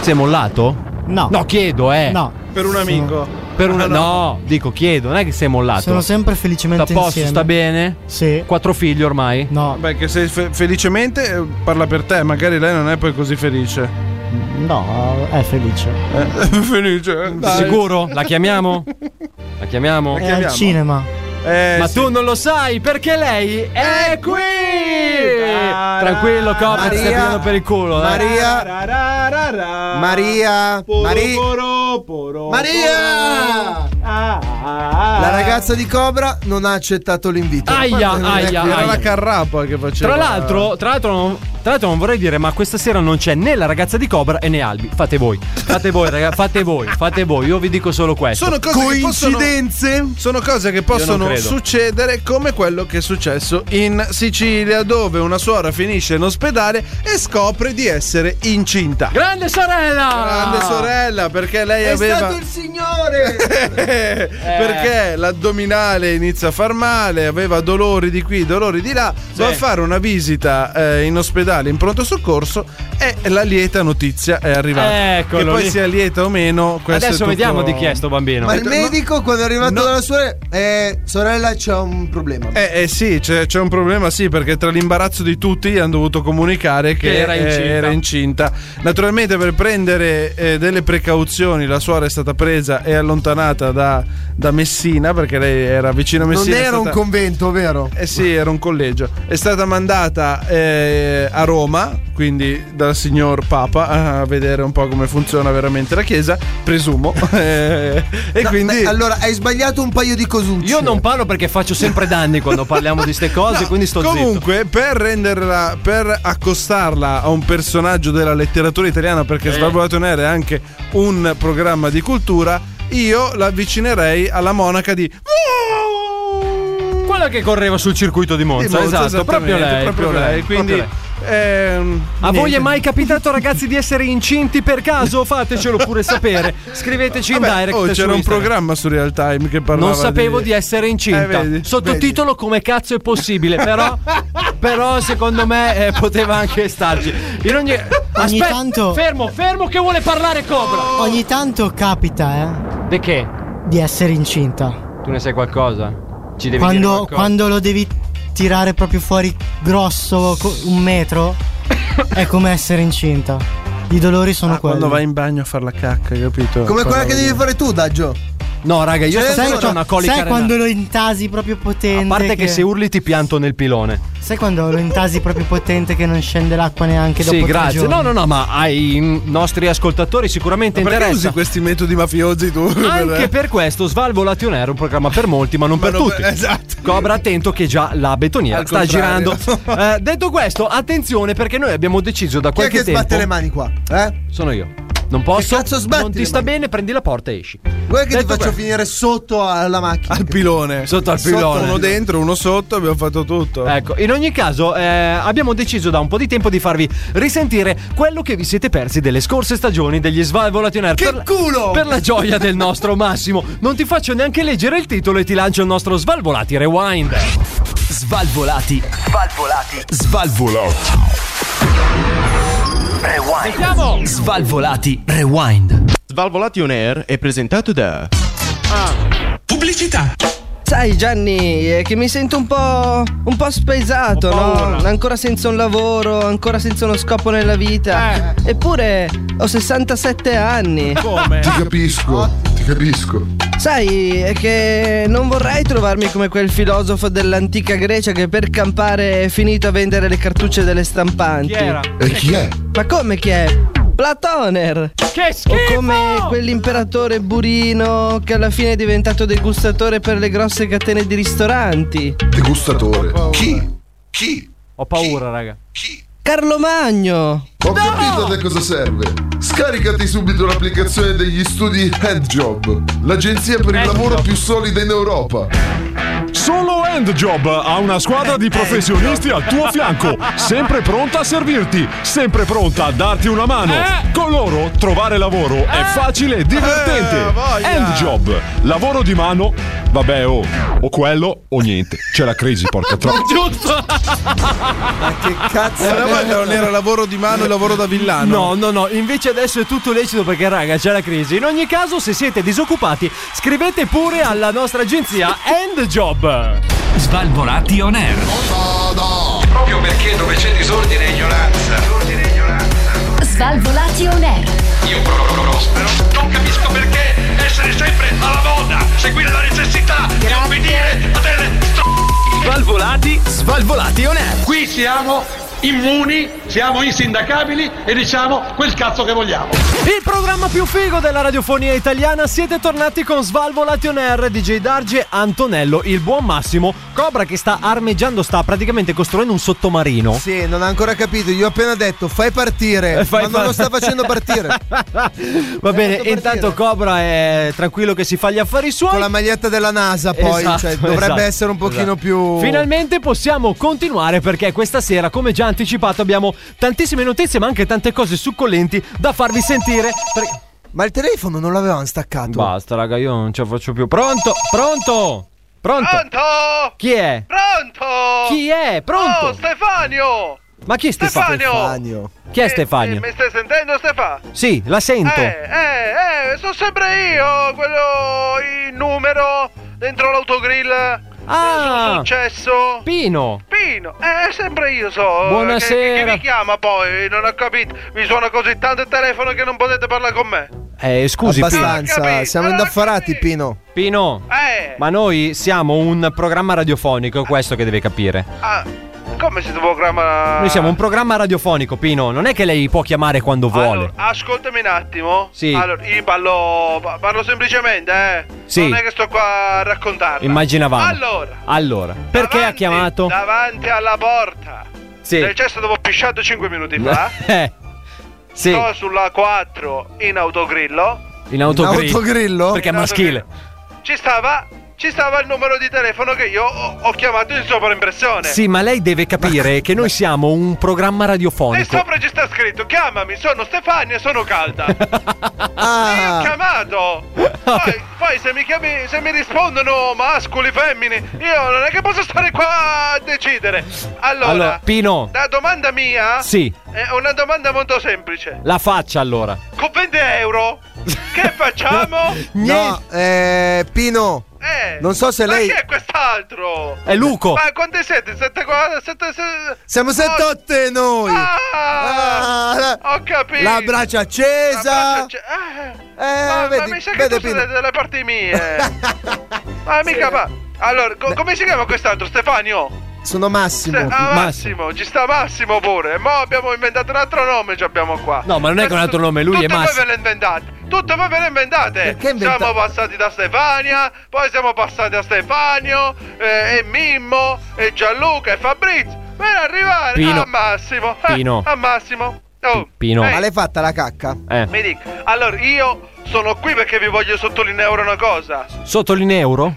Sei mollato?
No.
No, chiedo, eh.
No.
Per un amico.
Per una.
Ah,
no.
no.
dico, chiedo, non è che sei mollato.
Sono sempre felicemente
Ah, Sta a posto,
insieme.
sta bene?
Sì.
Quattro figli ormai?
No.
Beh, che se fe- felicemente eh, parla per te, magari lei non è poi così felice. Eh,
No, è felice.
[laughs] felice. eh.
Sicuro? La chiamiamo? La chiamiamo?
È al cinema.
Eh,
Ma tu non lo sai perché lei è qui! Tranquillo, Cobra, ti stai
Maria.
prendendo per il culo. eh.
Maria. Maria. Maria. Maria. Ah, La ragazza di Cobra non ha accettato l'invito.
Aia,
Poi non è
aia,
qui.
aia.
carrappa che faceva.
Tra l'altro, tra l'altro, non, tra l'altro non vorrei dire, ma questa sera non c'è né la ragazza di Cobra e né Albi. Fate voi, fate voi, ragazzi, fate voi, fate voi. Io vi dico solo questo.
Sono cose Che possono, sono cose che possono
Ecco. credo.
succedere come quello che è successo in Sicilia, dove una suora finisce in ospedale e scopre di essere incinta.
Grande sorella!
Grande
Ah.
sorella, perché lei
È
aveva. Eh,
stato
[laughs]
il
Eh.
signore.
Perché l'addominale inizia a far male, aveva dolori di qui, dolori di là, va a fare una visita eh, in ospedale in pronto soccorso e la lieta notizia è arrivata.
Eccolo
che poi
lì.
sia lieta o meno, questo
Adesso
è tutto-
vediamo di chi è sto bambino.
Ma il medico quando è arrivato dalla sorella, eh, sorella c'è un problema.
Eh, eh, sì, c'è, c'è un problema, sì, perché tra l'imbarazzo di tutti hanno dovuto comunicare che,
Che era
eh,
incinta.
era incinta. Naturalmente per prendere eh, delle precauzioni la suora è stata presa e allontanata da, da Messina perché lei era vicino a
Non
Messina. è
era un
stata-
convento, vero?
eh sì, era un collegio. È stata mandata eh, a Roma, quindi dal signor Papa, a vedere un po' come funziona veramente la chiesa, presumo. [laughs] Eh, e
No,
quindi...
beh, allora, hai sbagliato un paio di cosucce.
Io non parlo perché faccio sempre danni quando parliamo di ste cose,
[laughs] No,
quindi sto zitto.
comunque, per renderla, per accostarla a un personaggio della letteratura italiana, perché
Eh.
Svalvolato Nero è anche un programma di cultura, io la avvicinerei alla monaca di
Quella che correva sul circuito di Monza,
Di Monza,
esatto, proprio
esattamente,
lei,
proprio lei, quindi, ehm,
a
niente.
voi è mai capitato ragazzi di essere incinti per caso? Fatecelo pure sapere. Scriveteci in
Vabbè,
direct
oh,
su
c'era un
Instagram.
programma su Real Time che parlava
Non sapevo di,
di
essere incinta.
Eh, vedi,
Sottotitolo come cazzo è possibile,
[laughs]
però, però secondo me eh, poteva anche starci. In ogni... Aspetta,
tanto-
fermo, fermo che vuole parlare Cobra.
Ogni tanto capita, eh,
De che?
di essere incinta.
Tu ne sai qualcosa? Ci devi dire
Quando,
qualcosa.
quando lo devi tirare proprio fuori grosso, co- un metro, è come essere incinta. I dolori sono quelli.
Ah, Quando vai in bagno a fare la cacca, capito?
Come quella che devi
fare tu, Daggio.
No, raga, io
Sai
stasera
quando-
ho una colica
Sai
renale.
quando lo intasi proprio potente?
A parte che... se urli ti pianto nel pilone.
Sai quando lo intasi proprio potente che non scende l'acqua neanche dopo
sì,
tre
grazie.
giorni?
No, no, no, ma ai mm, nostri ascoltatori sicuramente
Ma perché
interessa.
usi questi metodi mafiosi tu?
Anche per questo Svalvo Lation è un programma per molti, ma non per
non
tutti.
per- esatto.
Cobra attento che già la betoniera
Al
sta
contrario.
girando. Eh, detto questo, attenzione perché noi abbiamo deciso da
Chi è
qualche
che
tempo
sbatte le mani qua? Eh?
Sono io. Non
Che
posso.
cazzo sbatti
non ti
le
sta bene, prendi la porta e esci.
Guarda che ti
Detto
faccio
questo.
finire sotto alla macchina.
Al pilone.
Sotto al pilone.
uno dentro, uno sotto, abbiamo fatto tutto.
Ecco, in ogni caso eh, abbiamo deciso da un po' di tempo di farvi risentire quello che vi siete persi delle scorse stagioni degli Svalvolation Air. Che per,
culo!
Per la gioia del nostro Massimo. Non ti faccio neanche leggere il titolo e ti lancio il nostro Svalvolati Rewind.
Svalvolati. Svalvolati. Svalvolati. Rewind.
Sentiamo.
Svalvolati. Rewind.
Svalvolati on Air è presentato da
Pubblicità. Sai Gianni, è che mi sento un po'. un po' spesato, no? Ancora senza un lavoro, ancora senza uno scopo nella vita.
Eh.
Eppure ho 67 anni.
[laughs]
Ti capisco, ti capisco.
Sai, è che non vorrei trovarmi come quel filosofo dell'antica Grecia che per campare è finito a vendere le cartucce delle stampanti.
Chi era? E chi è?
Ma come chi è? Platoner!
Che
O come quell'imperatore burino che alla fine è diventato degustatore per le grosse catene di ristoranti.
Degustatore. Chi? Chi?
Ho paura, raga.
Carlo Magno!
Ho capito da cosa serve. Scaricati subito l'applicazione degli studi Headjob, l'agenzia per il lavoro più solida in Europa.
Solo Handjob ha una squadra di professionisti al tuo fianco, sempre pronta a servirti, sempre pronta a darti una mano. Con loro trovare lavoro è facile e divertente. Handjob, lavoro di mano, vabbè o o quello o niente. C'è la crisi, porca troppo.
Giusto!
Ma che cazzo?
Eh, no, ma non era lavoro di mano e lavoro da villano.
No, no, no, invece adesso è tutto lecito perché raga c'è la crisi. In ogni caso, se siete disoccupati, scrivete pure alla nostra agenzia Endjob.
Svalvolati on air.
Proprio perché dove c'è disordine e ignoranza,
Svalvolati on air.
io pro- pro- prospero. Non capisco perché essere sempre alla moda, seguire la necessità di obbedire a delle
Svalvolati, svalvolati on air.
Qui siamo immuni, siamo insindacabili e diciamo quel cazzo che vogliamo.
Il programma più figo della radiofonia italiana siete tornati con Svalvolati on Air, DJ Darge, Antonello, il buon Massimo, Cobra che sta armeggiando, sta praticamente costruendo un sottomarino.
Sì, non ha ancora capito. Gli ho appena detto fai partire,
Eh, fai
ma
par-
non lo sta facendo
[laughs]
partire. Eh,
Va bene, intanto Cobra è tranquillo che si fa gli affari suoi.
Con la maglietta della NASA poi,
Esatto,
cioè, dovrebbe
esatto,
essere un pochino
esatto.
più...
Finalmente possiamo continuare perché questa sera, come già anticipato, abbiamo tantissime notizie ma anche tante cose succolenti da farvi sentire. per-
Ma il telefono non l'avevano staccato.
Basta, raga, io non ce la faccio più. Pronto? Pronto? Pronto?
Pronto?
Chi è?
Pronto?
Chi è? Pronto?
Oh, Stefanio!
Ma chi è Stefano?
Stefanio!
Chi è
Eh,
Stefano?
mi stai sentendo Stefano?
Sì, la sento.
Eh, eh, eh, sono sempre io, quello il numero dentro l'autogrill.
Ah!
Nessun successo.
Pino.
Pino, eh, sempre io so. eh,
Buonasera.
Che, chi mi chiama poi? Non ho capito. Mi suona così tanto il telefono che non Eh, potete parlare con me.
Eh, scusi, Pino.
Abbastanza, siamo indaffarati, Pino.
Pino,
eh,
ma noi siamo un programma radiofonico, è questo che deve capire.
Ah, come siete un programma?
Noi siamo un programma radiofonico, Pino. Non è che lei può chiamare quando vuole.
Ascoltami un attimo.
Sì.
Allora, io parlo, pa- parlo semplicemente, eh.
Sì.
Non è che sto qua a raccontarla.
Immaginavamo.
Allora,
Allora, perché ha chiamato?
davanti alla porta.
Sì.
Del cesto dopo pisciato 5 minuti
[laughs]
fa.
Eh. Sì,
Sto sulla 4 in autogrillo.
in autogrill. Perché è
In
maschile.
Ci stava, ci stava il numero di telefono che io ho, ho chiamato in sovraimpressione.
Sì, ma lei deve capire che noi siamo un programma
E
Eh,
radiofonico.
sopra ci sta scritto: chiamami, sono Stefania e sono
[laughs]
calda. Mi
Ah.
ha
[laughs]
chiamato. Poi, poi se, mi chiami- se mi rispondono mascoli, femmine, io non è che posso stare qua a decidere. Allora,
Allora, Pino.
la domanda mia
Sì.
è una domanda molto semplice.
La faccia allora.
Con 20 euro, che facciamo? Eh,
No, [laughs] eh, Pino. Non so se
Ma
lei.
chi è quest'altro?
È Luco.
Ma quanti siete? Sette, qua- sette, se-
Siamo settotte noi.
Ah, ho capito.
La braccia accesa. Eh,
La braccia acce- ah. ma,
vedi,
ma mi sa
vedi,
che tu sei
Pino.
dalle
[laughs]
parti mie. ma mica va. Allora, co- come si chiama quest'altro? Stefanio?
Sono Massimo.
Ah, Massimo, ci sta Massimo pure. Mo abbiamo inventato un altro nome, ci abbiamo qua.
No, ma non è che è un altro nome, lui è
Tutte voi
Massimo.
ve le inventate. Tutte voi ve le inventate.
inventa-
Siamo passati da Stefania, poi siamo passati a Stefanio, eh, e Mimmo, e Gianluca, e Fabrizio. Per arrivare
Pino.
a Massimo. eh,
Pino.
a Massimo. Oh,
Pino.
eh,
Ma l'hai fatta la cacca?
Eh.
Mi dica. Allora, io sono qui perché vi voglio sottolineare una cosa.
Sottolineuro?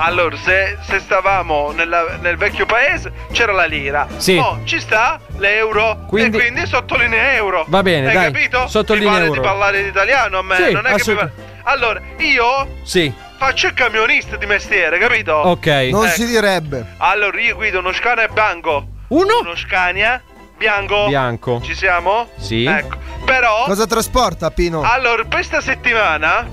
Allora, se, se stavamo nella- nel vecchio paese c'era la lira.
Sì.
Mo ci sta l'euro.
Quindi-
E quindi sottolinea euro.
Va bene,
Hai
dai,
capito?
sottolinea
Mi pare
euro.
di parlare di italiano a me.
Sì,
non è che mi
assolut-
pare- Allora, io
Sì.
faccio il camionista di mestiere, capito?
Ok.
Non
Eh.
Ecco.
si direbbe.
Allora, io guido uno Scania bianco.
Uno?
Uno Scania bianco.
Bianco.
Ci siamo?
Sì.
Ecco.
Oh.
Però...
Cosa trasporta, Pino?
Allora, per questa settimana,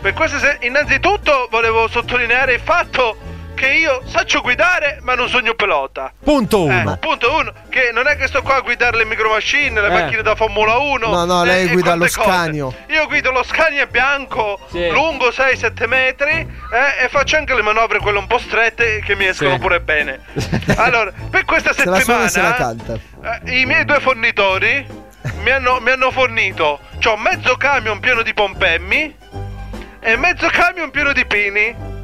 per questa se- innanzitutto volevo sottolineare il fatto che io saccio guidare, ma non sogno pelota.
Punto
Eh,
uno.
punto uno, che non è che sto qua a guidare le micromachine, le
Eh.
macchine da Formula 1.
No, no,
eh,
lei
e
guida
quante
lo Scagno.
Io guido lo Scania bianco,
Sì.
lungo 6-7 metri, eh, e faccio anche le manovre quelle un po' strette che mi escono
Sì. [laughs]
pure bene. Allora, per questa
Se la suona e se la
settimana...
canta.
Eh, I miei due fornitori mi hanno, mi hanno fornito c'ho mezzo camion pieno di pompemmi e mezzo camion pieno di pini.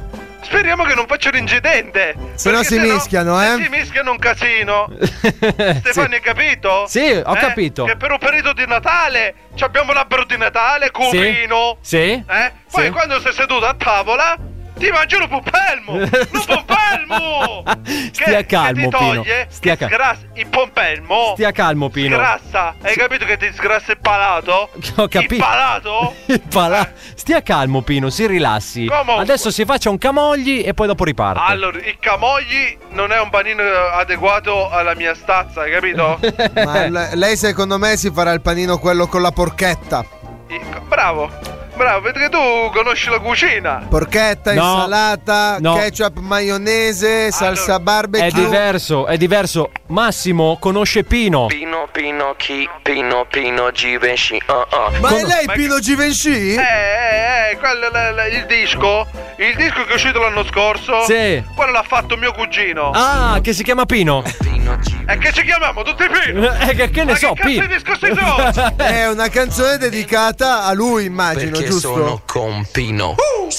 Speriamo che non faccia un incidente.
Se no
perché
si mischiano, eh.
Si mischiano un casino.
[laughs]
Stefano, hai capito?
Sì, ho
Eh?
capito.
Che per un periodo di Natale ci abbiamo l'albero di Natale, cubino.
Sì.
Eh? Poi
Sì.
quando sei seduto a tavola ti mangi un pompelmo.
[laughs]
Un pompelmo!
Stia calmo,
che ti
Pino.
toglie,
Stia
che
calmo.
sgrassa il pompelmo.
Stia calmo, Pino. [laughs]
Sgrassa, hai capito che ti sgrassa il palato?
Ho capito.
Il palato?
Il pala- Stia calmo, Pino, si rilassi.
Comunque.
Adesso si faccia un camogli e poi dopo riparte. [laughs]
Allora, il camogli non è un panino eh, adeguato alla mia stazza, hai
[laughs]
capito?
Ma l- lei secondo me si farà il panino quello con la porchetta.
Il- Bravo, bravo, perché tu conosci la cucina.
Porchetta,
No.
insalata,
No.
ketchup, maionese, salsa barbecue.
È diverso, è diverso. Massimo conosce Pino.
Pino Pino chi Pino Pino Givenchy oh oh
Ma è lei Pino Givenchy?
Eh, eh, eh, quello è l- l- il disco. Il disco che è uscito l'anno scorso.
Sì.
Quello l'ha fatto mio cugino.
Ah, che si chiama
[laughs]
Pino. [laughs]
E che ci chiamiamo tutti Pino?
Eh, che- che ne
Ma
so,
che
Pino.
cazzo di discorsi
[laughs]
sono?
È una canzone dedicata a lui, immagino,
Perché
giusto?
sono con Pino
Eh,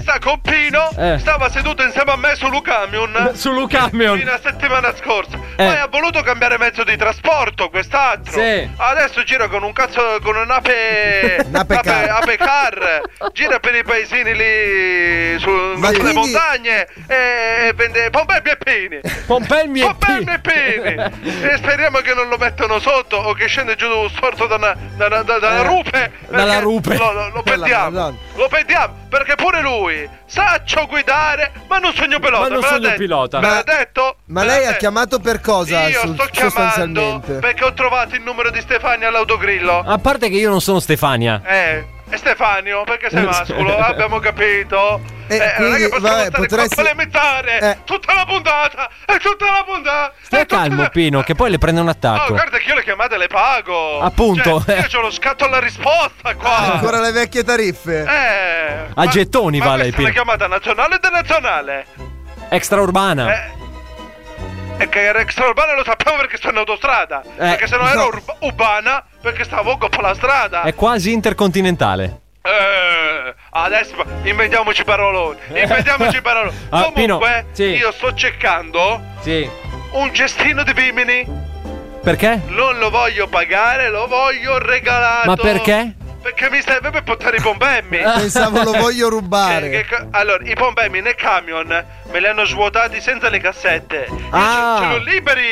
sta con Pino,
Eh.
stava seduto insieme a me su Lucamion.
Su Lucamion.
Fino a settimana scorsa.
Eh.
Poi ha voluto cambiare mezzo di trasporto, quest'altro.
Sì.
Adesso gira con un cazzo,
[laughs]
con un'ape.
Un'ape
ape-
car.
ape car. Gira per i paesini lì. Su,
Ma
sulle
quindi-
montagne. E vende pompelmi e pini.
Pompelmi e
Pompelmi e pini. e speriamo che non lo mettano sotto o che scende giù storto da una, da una- da- da una
Eh,
rupe.
dalla
perché
rupe.
Lo, lo, lo
Bella
perdiamo.
Madonna.
Lo perdiamo perché pure lui saccio guidare, ma non sogno pilota.
Ma non
me l'ha
sogno
detto.
pilota.
Me
Ma-
l'ha detto.
Ma
me l'ha
lei ha
detto.
chiamato per cosa
Eh, Io
su-
sto chiamando
sostanzialmente?
Ah.
perché ho trovato il numero di Stefania all'autogrillo.
A parte che io non sono Stefania.
Eh, E Stefano, perché sei mascolo? Abbiamo capito.
Eh,
Eh, non è
quindi,
che possiamo
vabbè,
stare
potresti-
qua a lamentare tutta la puntata! E tutta la puntata!
Stai calmo, Pino, che poi le prende un
Oh,
attacco.
guarda che io le chiamate le pago!
Appunto. Ah,
Cioè, io ho lo scatto alla risposta qua!
Ancora le vecchie tariffe.
Eh!
A gettoni
Ma
vale,
questa è
Pino.
una chiamata nazionale o internazionale?
Extraurbana.
Eh.
E che era extraurbana lo sapevo perché sono in autostrada!
Eh,
Perché se non era urb- urbana, perché stavo con la strada!
È quasi intercontinentale.
Eh, adesso inventiamoci paroloni. Inventiamoci paroloni.
Eh. [laughs] Ah, Pino,
Comunque,
sì.
io sto cercando
Sì.
un cestino di bimini.
Perché?
Non lo voglio pagare, lo voglio regalato.
Ma perché?
Perché mi serve per portare i pombemmi.
Pensavo lo voglio rubare.
Che- che- allora, i pombemmi nel camion me li hanno svuotati senza le cassette. Io
Ah.
ce, ce l'ho liberi.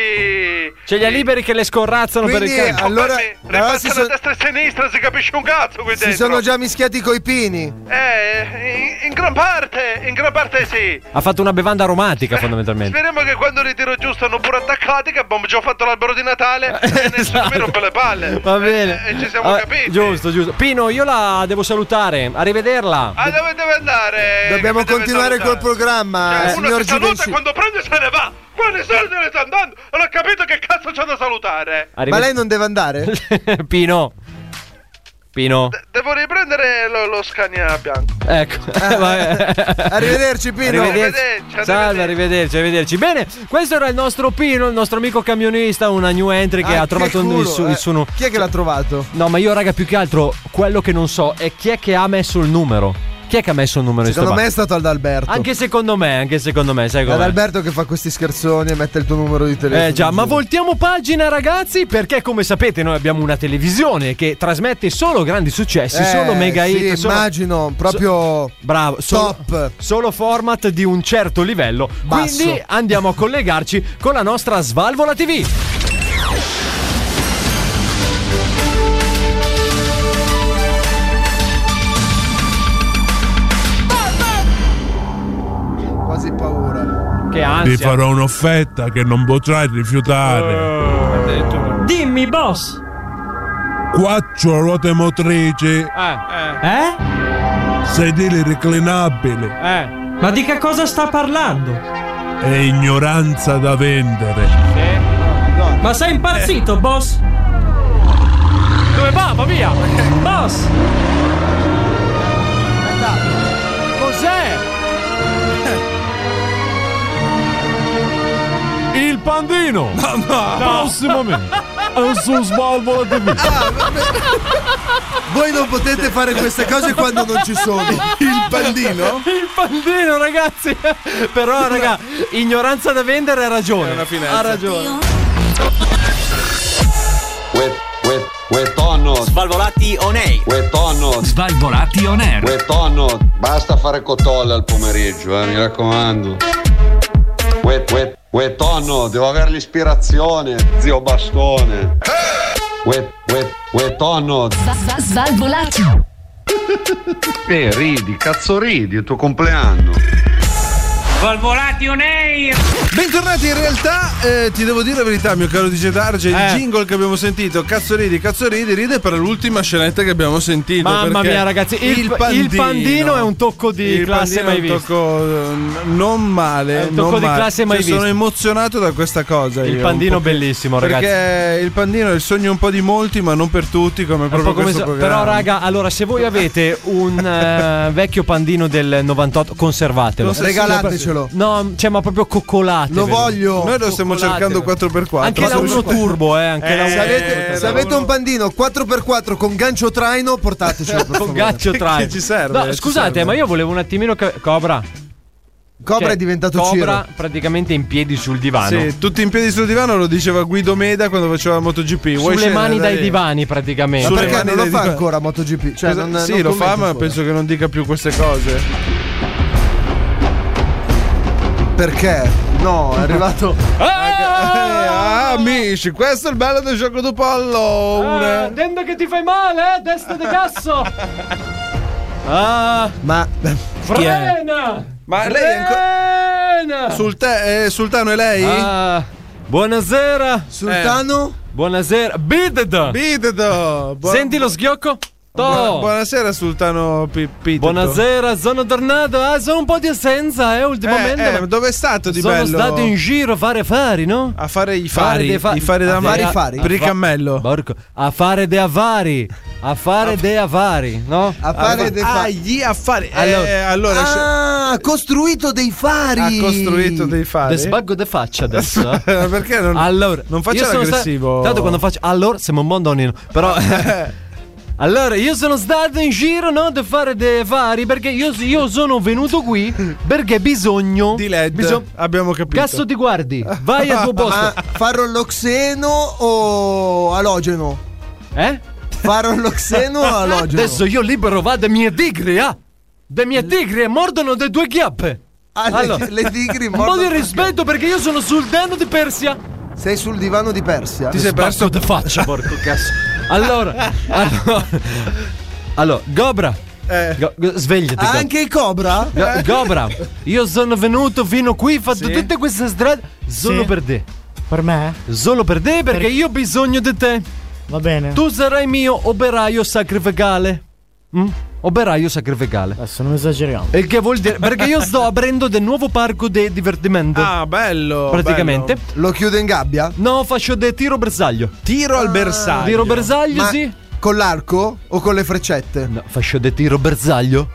Ce li ha liberi che le scorrazzano
Quindi,
per il campo.
Cioè, allora, allora si,
Passano
so-
a destra e a sinistra, si capisce un cazzo qui
si
dentro.
sono già mischiati coi pini.
Eh, in, in gran parte, in gran parte sì.
eh,
Ha fatto una bevanda aromatica, fondamentalmente.
Speriamo che quando li tiro giù stanno pure attaccati, che abbiamo già fatto l'albero di
[laughs]
Natale e nessuno mi rompe le
eh,
palle.
Va bene.
E, e ci siamo
Ah,
capiti.
Giusto, giusto. Pino, io la devo salutare. Arrivederla.
Ah, dove deve andare?
Dobbiamo
Dove Eh, deve
continuare
salutare?
col programma,
Cioè,
eh,
uno
signor
si saluta
Givenchy.
e quando prende se ne va. Ma nessuno se ne sta andando. Non ho capito che cazzo c'è da salutare.
Ma lei non deve andare?
[laughs]
[laughs]
Pino. Pino.
Devo riprendere lo, lo Scania bianco.
Ecco.
Eh,
[laughs] arrivederci
Pino.
Arrivederci.
Arrivederci,
Salve, arrivederci, arrivederci. Bene, questo era il nostro Pino, il nostro amico camionista, una new entry che
Ah,
ha trovato
culo,
il suo...
eh.
il suo-
Chi è che l'ha trovato?
No, ma io raga più che altro quello che non so è chi è che ha messo il numero. Chi è che ha messo il numero
Secondo
in sto
me è
bar?
stato Adalberto.
Anche secondo me, anche secondo me, sai
È
com'è?
Adalberto che fa questi scherzoni e mette il tuo numero di telefono.
Eh già, ma
giù.
voltiamo pagina ragazzi perché come sapete noi abbiamo una televisione che trasmette solo grandi successi,
Eh,
solo mega
sì,
hit, solo-
immagino, proprio
bravo, solo, top. Solo format di un certo livello.
Basso.
Quindi andiamo a collegarci con la nostra Svalvola TV.
quasi paura.
Che
Ti farò un'offerta che non potrai rifiutare.
Dimmi, boss.
Quattro ruote motrici,
Eh?
sedili reclinabili
Eh. Ma di che cosa sta parlando?
e ignoranza da vendere.
Ma sei impazzito, boss? Dove va? Va via! Boss!
Cos'è?
Il pandino!
no.
Prossimamente! Su Svalvola TV!
Voi non potete fare queste cose quando non ci
[laughs]
sono. Il pandino?
Il pandino, ragazzi. Però, raga, ignoranza da vendere ha ragione. ha ragione.
Tonno. Svalvolati on air. tonno. Svalvolati on air. tonno. Basta fare cotolla al pomeriggio, eh, mi raccomando. Uè, uè, uè, tonno, devo avere l'ispirazione, zio bastone. Uè, uè, uè, tonno.
Svalvolati.
Eh, ridi, cazzo ridi, è il tuo compleanno.
Svalvolati on air!
Bentornati, in realtà eh, ti devo dire la verità, mio caro DJ Darge, il
Eh.
jingle che abbiamo sentito, cazzo ridi, cazzo ridi, ride per l'ultima scenetta che abbiamo sentito.
Mamma
perché
mia, ragazzi, il, il pandino. è un tocco di
Il
classe
pandino è
mai
un
visto.
tocco eh, n- non male,
È un tocco
non
di
male.
classe mai
Cioè, Sono
visto.
emozionato da questa cosa.
Il
io,
pandino
un po' che-
bellissimo, ragazzi.
Perché il pandino è il sogno un po' di molti, ma non per tutti, come
Un
proprio
po' come
questo
so-
programma.
però raga, allora se voi avete
[laughs]
un eh, vecchio pandino del 98 conservatelo.
Non so se- Regalatecelo.
No, cioè ma proprio coccolatelo.
Noi lo stiamo cercando 4x4.
Anche la uno turbo, eh, anche la
se
uno-
avete,
eh,
se avete un pandino 4x4 con gancio traino, portatecelo per
con
favore.
gaccio tra
Eh, Che ci serve,
No,
ci
scusate,
serve.
ma io volevo un attimino ca- Cobra.
Cobra
Cioè,
è diventato
Cobra Ah,
Ciro.
praticamente in piedi sul divano.
Sì, tutti in piedi sul divano lo diceva Guido Meda quando faceva la MotoGP. Vuoi
Sulle
scendere
mani
da
dai
lì?
divani praticamente.
Ma
Sulle
perché non
mani
lo
dai
fa
divani.
ancora MotoGP? Cioè,
Cosa-
non-
sì,
non
lo fa,
commenta
ma
ancora.
penso che non dica più queste cose.
Perché? No, è
[laughs]
arrivato. eh,
Ah, amici, questo è il bello del gioco di pollo.
Ah.
Una-
Dendo che ti fai male, eh, testa di cazzo. Ah,
ma
Frena!
Ma lei è
ancora
Sulta- eh, Sultano è lei?
Ah, buonasera.
Sultano?
Eh, Buonasera. Bidda.
Bidedo. Buon-
Senti lo sghiocco? Buona-
buonasera, Sultano Pippi.
Buonasera, sono tornato. Ah, sono un po' di assenza, eh, ultimamente.
Eh, eh, dove è stato di
sono
bello?
Sono stato in giro a fare fari, no?
A fare i fari,
dei
i fari della
a fare-
mano.
fari.
Per il cammello.
Porco. A fare dei affari. A fare dei affari, no? A
fare dei fa- Ah, gli affari.
Allora-
Eh, allora
Ah, ha costruito dei fari.
ha costruito dei fari.
Te sbaggo de faccia adesso. eh.
[laughs] Perché non,
Allora,
non faccia
io sono
l'aggressivo? Eh,
sta- Tanto quando faccio allora siamo un mondonino,
[laughs]
però [laughs] Allora, io sono stato in giro, no, da fare dei vari, perché io, io sono venuto qui perché bisogno... Di LED,
Ah,
abbiamo capito.
Cazzo ti guardi, vai
[laughs]
al tuo
[laughs]
posto.
Ma farolloxeno o alogeno?
Eh?
Farolloxeno o alogeno?
Adesso io libero vado da mie tigri, ah! Da mie tigri mordono da due chiappe!
Ah, le- le tigri
Un po'
mordono
di
due
rispetto perché io sono sul divano di Persia!
Sei sul divano di Persia?
Ti sei perso di faccia, porco cazzo!
[laughs]
Allora, allora, allora, Gobra!
Eh.
Go- go- svegliati, Gobra.
Anche il cobra?
Go- Gobra, io sono venuto fino qui, ho fatto tutte queste strade solo
Sì.
per te.
Per me?
Solo per te perché io ho bisogno di te.
Va bene.
Tu sarai mio operaio sacrificale. Mm? Operaio sacrificale.
Adesso non esageriamo.
E che vuol dire? Perché io sto aprendo del nuovo parco di divertimento.
Ah, bello.
praticamente.
Lo chiudo in gabbia? Ah.
No, faccio del tiro bersaglio.
Tiro al bersaglio.
Tiro bersaglio,
Ma
sì.
Con l'arco o con le freccette?
No, Faccio del tiro bersaglio.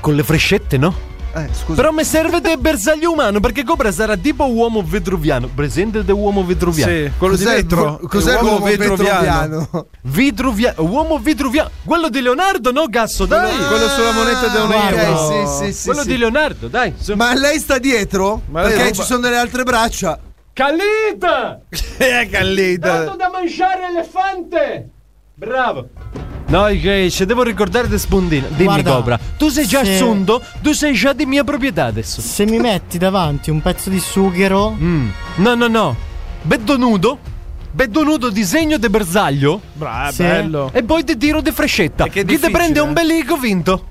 Con le frescette, no?
Eh, scusa.
Però mi serve del bersaglio umano perché Cobra sarà tipo uomo vitruviano. Presente dell'uomo vitruviano.
Sì, quello di
Cos'è il
vetro.
vo- cos'è
Uomo
l'uomo
vetruviano.
vetruviano?
Vitruvia- uomo vitruviano. Quello di Leonardo, no, cazzo, dai.
Quello sulla moneta di un
Eh. ok,
euro.
Ah, sì, sì, sì,
Quello
sì.
di Leonardo, dai. su.
Ma lei sta dietro?
Ma lei
Perché
ruba-
ci sono delle altre braccia.
Calita!
[laughs] Eh, Callita.
da mangiare elefante! Bravo! No, che ci devo ricordare di Spondino. Dimmi,
Guarda,
Cobra. Tu sei già
se-
assunto, tu sei già di mia proprietà adesso.
Se mi metti davanti un pezzo di sughero,
Mm. No, no, no. Beddo nudo. Beddo nudo, disegno de bersaglio.
Bravo,
Sì. bello.
E poi ti tiro de frescetta. Chi te
difficile,
prende un
eh.
belico vinto.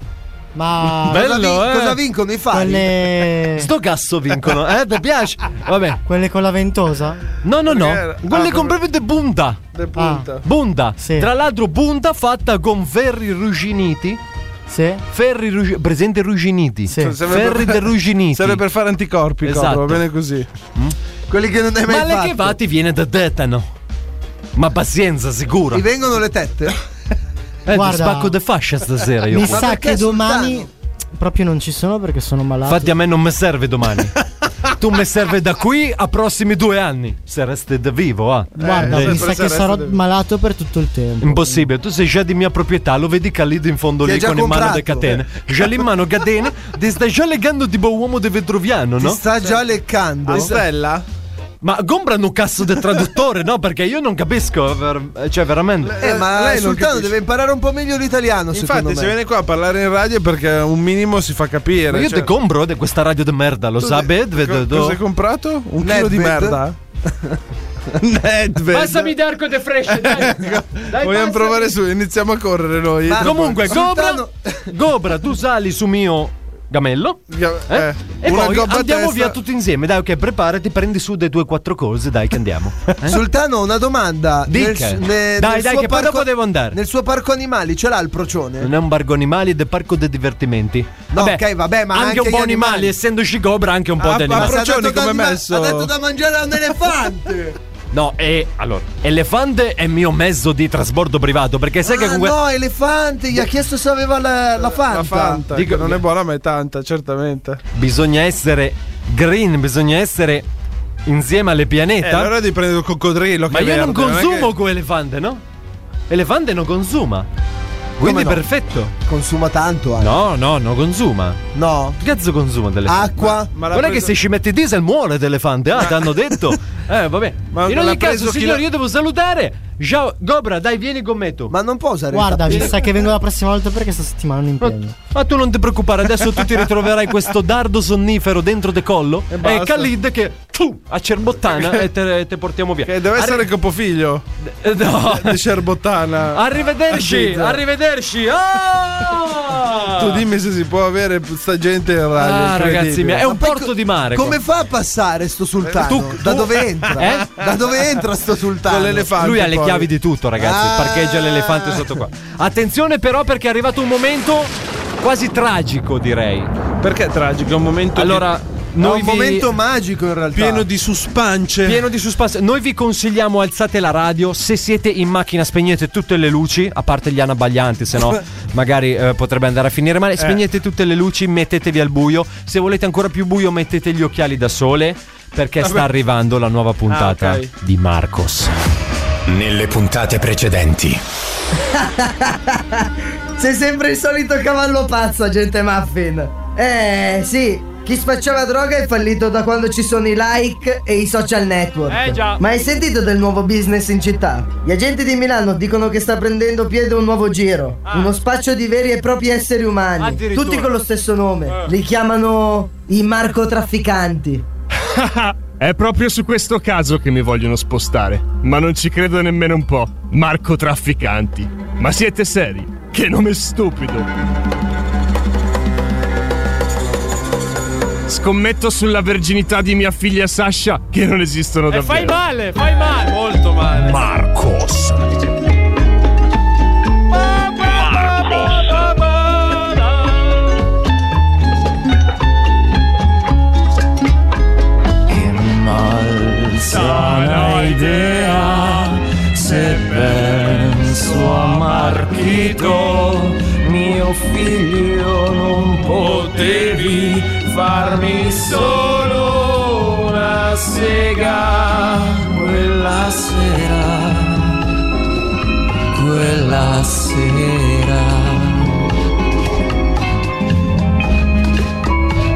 ma
Ah, cosa,
Bello, eh.
cosa vincono i fari?
[laughs] quelle
Sto cazzo vincono, eh?
[laughs]
Ti piace? Vabbè.
quelle con la ventosa?
No, no, no.
Perché-
Quelle
ah,
con proprio de bunda.
De
Ah.
punta.
Bunda.
Sì.
Tra l'altro, bunda fatta con ferri ruginiti.
Sì.
Ferri rugi- presente ruginiti.
Sì.
Cioè, serve
Ferri
per-
de ruginiti.
Serve per fare anticorpi, Cobra,
Esatto. Mm?
va bene così.
Quelli che non hai mai
Ma le
fatto.
che fatti viene da tetano. Ma pazienza, sicura.
Ti vengono le tette?
Eh, ti
Guarda.
spacco de fascia stasera io.
Mi
qua.
sa
perché,
che domani proprio non ci sono perché sono malato.
Infatti a me non mi serve
[laughs]
domani. tu mi serve da qui a prossimi due anni. Se resti da vivo, ah.
Guarda,
Eh,
mi
sempre
sa
se
che
resta
sarò
devi-
malato per tutto il tempo.
Impossibile, tu sei già di mia proprietà, lo vedi Callido in fondo
Ti
lì
ha già
con in mano le
comprato.
catene. Già lì in mano catene, ti stai già legando tipo uomo de Vetroviano,
Ti
no?
sta già leccando.
A stella?
Ma comprano un cazzo del traduttore, no? Perché io non capisco, ver- cioè veramente.
Eh, ma
Lei
il
non
Sultano
capisce.
deve imparare un po' meglio l'italiano,
Infatti,
secondo
se
me.
viene qua a parlare in radio è perché un minimo si fa capire.
Ma io
cioè-
te compro de questa radio de merda, lo sa
Co-
Bedved?
Cosa hai comprato? Un chilo di
Nedved?
merda? Nedved.
d'arco de fresce, dai.
Eh, ecco, Vogliamo provare su, iniziamo a correre noi.
Ma-
Comunque, Gobra,
Sultano-
Gobra, tu sali su mio gamello. Eh? E
una
poi
gobba a
andiamo
testa.
via tutti insieme. Dai, ok, preparati, prendi su dei due quattro cose, dai, che andiamo. Eh?
Sultano, una domanda.
Dica.
Nel-
Dai,
ne-
dai,
nel suo
che poi dopo devo andare.
Nel suo parco animali ce l'ha il procione?
Non è un parco animali, è del parco dei divertimenti.
No, ok, vabbè, ma anche
un po'
gli
animali,
animali.
essendoci cobra, anche un po'
Ah,
di
ma
animali.
pro-
Sa, ha
Procioni
dato da
come
anima-
messo?
Ha dato da mangiare a un elefante.
No, e allora, elefante è mio mezzo di trasporto privato, perché sai che
ah,
comunque.
no, elefante. Gli ha chiesto se aveva la, la Fanta.
La Fanta,
Dico- eh.
che non è buona ma è tanta, certamente.
Bisogna essere green, bisogna essere insieme alle pianeta.
Eh, allora devi prendere il coccodrillo
Ma
che è
io non
verde, è
consumo
che-
quell'elefante, no? Elefante non consuma. Quindi
no?
perfetto.
Consuma tanto, eh.
No, no, non consuma.
No.
Che cazzo consuma dell'elefante?
Acqua.
Ma l'ha
non è che
preso-
se ci metti diesel muore l'elefante, ah, ti hanno
[laughs]
detto. Eh, vabbè.
Ma
In
l'ha
ogni
preso
caso,
chi
signori,
l'ha-
io devo salutare. Ciao, Gobra, dai, vieni con me tu. Ma,
Ma non può usare il
Guarda, mi
tappeto.
sa che vengo la prossima volta perché sta settimana non impegno.
ma tu non ti preoccupare, adesso tu ti ritroverai questo dardo sonnifero dentro de collo. E,
basta.
Khalid che tu a Cerbottana
[laughs]
e te, te portiamo via.
Che deve
Arri-
essere il copofiglio
Eh, no.
di Cerbottana.
[laughs] Arrivederci,
Azzizza.
arrivederci. Ah!
Tu dimmi se si può avere sta gente in radio.
Ah,
incredibile.
ragazzi miei, è un
Poi
porto
co-
di mare.
Come fa a passare sto sultano?
tu-
da
tu-
dove entra?
Eh?
Da dove entra sto sultano?
Con l'elefante.
Lui ha le
poi.
chiavi di tutto, ragazzi. Il parcheggio e l'elefante è sotto qua. Attenzione, però, perché è arrivato un momento quasi tragico, direi.
Perché tragico? È un momento.
Allora.
È
noi
un
vi-
momento magico in realtà.
Pieno di suspance.
Pieno di suspense. Noi vi consigliamo alzate la radio. Se siete in macchina, spegnete tutte le luci, a parte gli anabaglianti, se no magari eh, potrebbe andare a finire male. Spegnete tutte le luci, mettetevi al buio. Se volete ancora più buio, mettete gli occhiali da sole. Perché sta arrivando la nuova puntata
Ah, ok.
di Marcos.
Nelle puntate precedenti.
Sei sempre il solito cavallo pazzo, agente Muffin. Eh, sì. Chi spacciava droga è fallito da quando ci sono i like e i social network.
Eh, già.
Ma hai sentito del nuovo business in città? Gli agenti di Milano dicono che sta prendendo piede un nuovo giro. Uno spaccio di veri e propri esseri umani.
Ah. Addirittura.
Tutti con lo stesso nome. Li chiamano i marcotrafficanti.
È proprio su questo caso che mi vogliono spostare, ma non ci credo nemmeno un po'. Marco Trafficanti. Ma siete seri? Che nome stupido! Scommetto sulla verginità di mia figlia Sasha che non esistono
E
davvero.
fai male, fai male. Molto male.
Marcos.
Malsana idea se penso a Marchito, mio figlio non potevi farmi solo una sega quella sera, quella sera.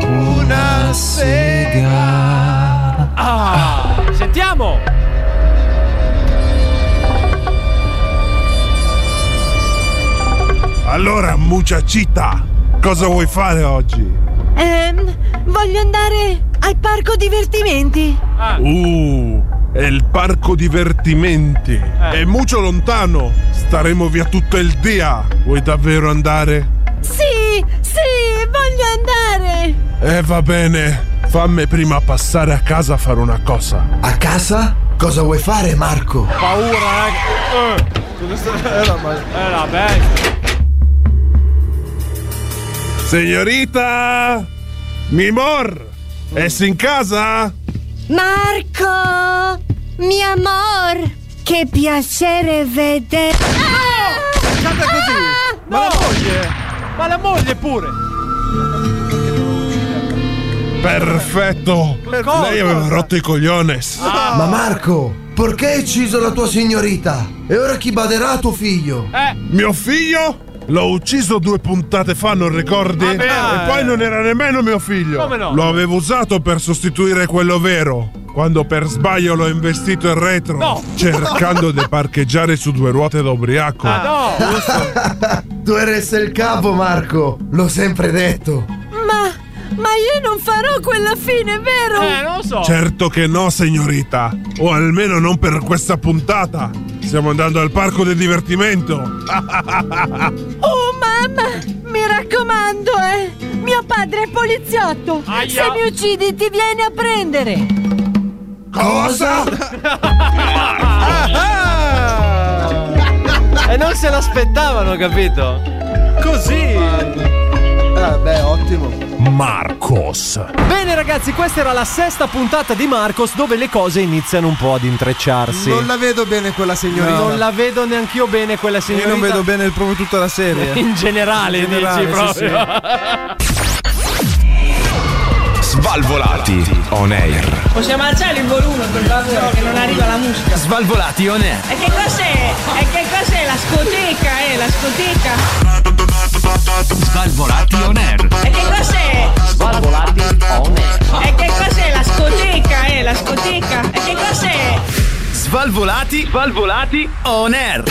Una sega.
Ah, sentiamo!
Allora, muchachita, cosa vuoi fare oggi?
Ehm, voglio andare al parco divertimenti.
Uh, è il parco divertimenti.
Eh.
È molto lontano. Staremo via tutto il dia. Vuoi davvero andare?
Sì, sì, voglio andare.
Eh, va bene. Fammi prima passare a casa a fare una cosa. A casa? Cosa vuoi fare, Marco?
Paura,
Eh, vabbè.
Signorita! Mimor! Essi in casa?
Marco, mi amor, che piacere vedere. Ah,
Canta così! Ma la moglie! Ma la moglie pure!
Perfetto! Lei aveva rotto i cogliones.
Ma Marco, perché hai ucciso la tua signorita? E ora chi baderà a tuo figlio?
Mio figlio? L'ho ucciso due puntate fa, non ricordi?
Vabbè,
e poi non era nemmeno mio figlio.
Come no?
Lo avevo usato per sostituire quello vero. Quando per sbaglio l'ho investito in retro,
No.
cercando di parcheggiare su due ruote da ubriaco.
Ah,
Tu resta il capo, Marco. L'ho sempre detto.
Ma, ma io non farò quella fine, vero? Eh, non lo so.
Certo che no, signorita. O almeno non per questa puntata. Stiamo andando al parco del divertimento.
Oh mamma, mi raccomando, eh! Mio padre è poliziotto! Se mi uccidi ti viene a prendere!
Cosa?
E non se l'aspettavano, capito? Così!
Eh, beh, ottimo.
Marcos. Bene ragazzi, questa era la sesta puntata di Marcos dove le cose iniziano un po' ad intrecciarsi.
Non la vedo bene quella signorina.
Non la vedo neanch'io bene quella signorina.
non vedo bene il proprio tutta la serie.
In generale,
In generale,
dici
sì, sì.
proprio.
Svalvolati on air.
Possiamo alzare il volume per favore che non arriva la musica.
Svalvolati on air.
E che cos'è? E che cos'è la scoteca, eh? La scoteca.
Svalvolati on air.
E che cos'è?
Svalvolati on air.
E che cos'è la scoteca, eh? La scoteca. E che cos'è?
Svalvolati, svalvolati on air.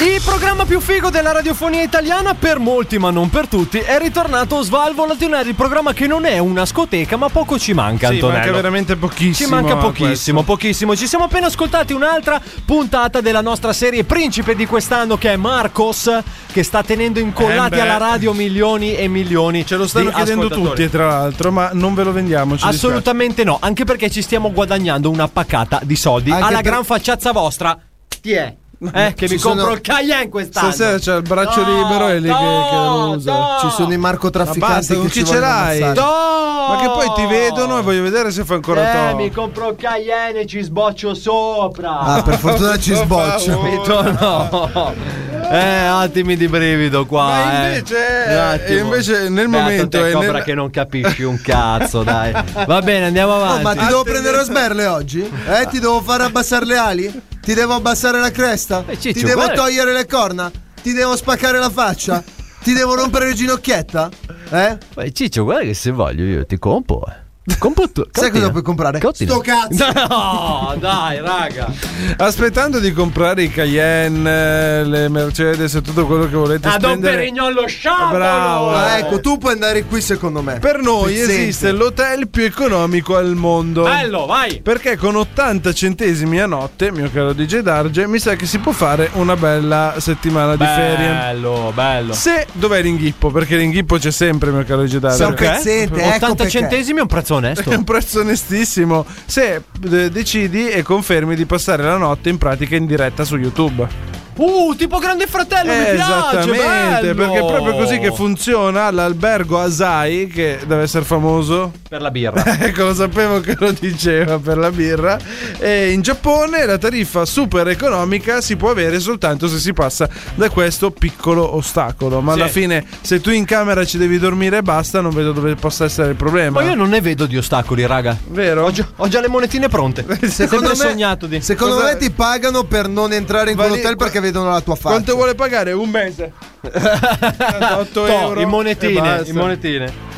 Il programma più figo della radiofonia italiana per molti ma non per tutti è ritornato Svalvolatinare, il programma che non è una scoteca ma poco ci manca
Sì,
Antonello.
manca veramente pochissimo
Ci manca
a
pochissimo, pochissimo. Ci siamo appena ascoltati un'altra puntata della nostra serie principe di quest'anno che è Marcos che sta tenendo incollati
Eh beh.
alla radio milioni e milioni. Ce lo
Stanno chiedendo tutti, tra l'altro, ma non ve lo vendiamo. ci
Assolutamente no, anche perché ci stiamo guadagnando una pacata di soldi
Anche
alla
per-
gran facciazza vostra. Ti è. Eh, che
Ci
mi
sono-
compro il Cayenne quest'anno.
Stasera c'è il braccio libero e lì che- che lo usa. Ci sono i marcotrafficanti
Ma basta, con
che
chi
ci
ce
vogliono
l'hai?
ammazzare.
No!
Ma che poi ti vedono e voglio vedere se fai ancora
eh,
to.
mi compro il Cayenne e ci sboccio sopra.
Ah,
[laughs]
per fortuna ci sboccia.
Capito? No. Eh, attimi di brivido qua.
Ma
eh.
invece-
Un attimo.
invece nel
Beato
momento
te,
e
Cobra,
nel-
che non capisci un cazzo, dai. Va bene, andiamo
Oh,
avanti.
ma ti devo prendere a sberle oggi? Eh, ti devo far abbassare le ali? Ti devo abbassare la cresta?
Ah, Ciccio,
ti devo
guarda-
togliere le corna? Ti devo spaccare la faccia? Cioè, Ti devo rompere le ginocchietta? Eh?
Beh, Ciccio, guarda che se voglio io ti compro. eh. Compro tu.
Sai cosa puoi comprare?
Cottina.
Sto cazzo!
[laughs] No, dai, raga.
Aspettando di comprare i Cayenne, le Mercedes e tutto quello che volete
A Don
spendere.
Perignon lo sciopero. Eh,
Bravo. eh,
Ah, ecco, tu puoi andare qui secondo me.
Per noi
Pezzente.
esiste l'hotel più economico al mondo.
Bello, vai.
Perché con 80 centesimi a notte, mio caro DJ Darge, mi sa che si può fare una bella settimana di ferie.
Bello, bello.
Se dov'è l'inghippo? Perché l'inghippo c'è sempre, mio caro DJ Darge.
Perché?
pezzente, ecco
80
perché.
centesimi è un prezzo
[laughs] È un
onesto.
prezzo onestissimo. Se eh, decidi e confermi di passare la notte in pratica in diretta su YouTube.
Uh, tipo Grande Fratello, mi
Eh,
piace.
Esattamente,
bello.
perché è proprio così che funziona l'albergo Asai, che deve essere famoso.
Per la birra.
[laughs] Ecco, lo sapevo che lo diceva per la birra. E in Giappone la tariffa super economica si può avere soltanto se si passa da questo piccolo ostacolo. Ma
Sì.
alla fine, se tu in camera ci devi dormire e basta, non vedo dove possa essere il problema.
Ma io non ne vedo di ostacoli, raga. Vero? Ho già,
[laughs]
ho già le monetine pronte. Secondo me sognato di.
Secondo me ti pagano per non entrare in
Vali-
quell'hotel perché vedono la tua faccia.
Quanto vuole pagare? Un mese.
[laughs]
8
Toh,
euro.
in
e
monetine,
basta.
in monetine.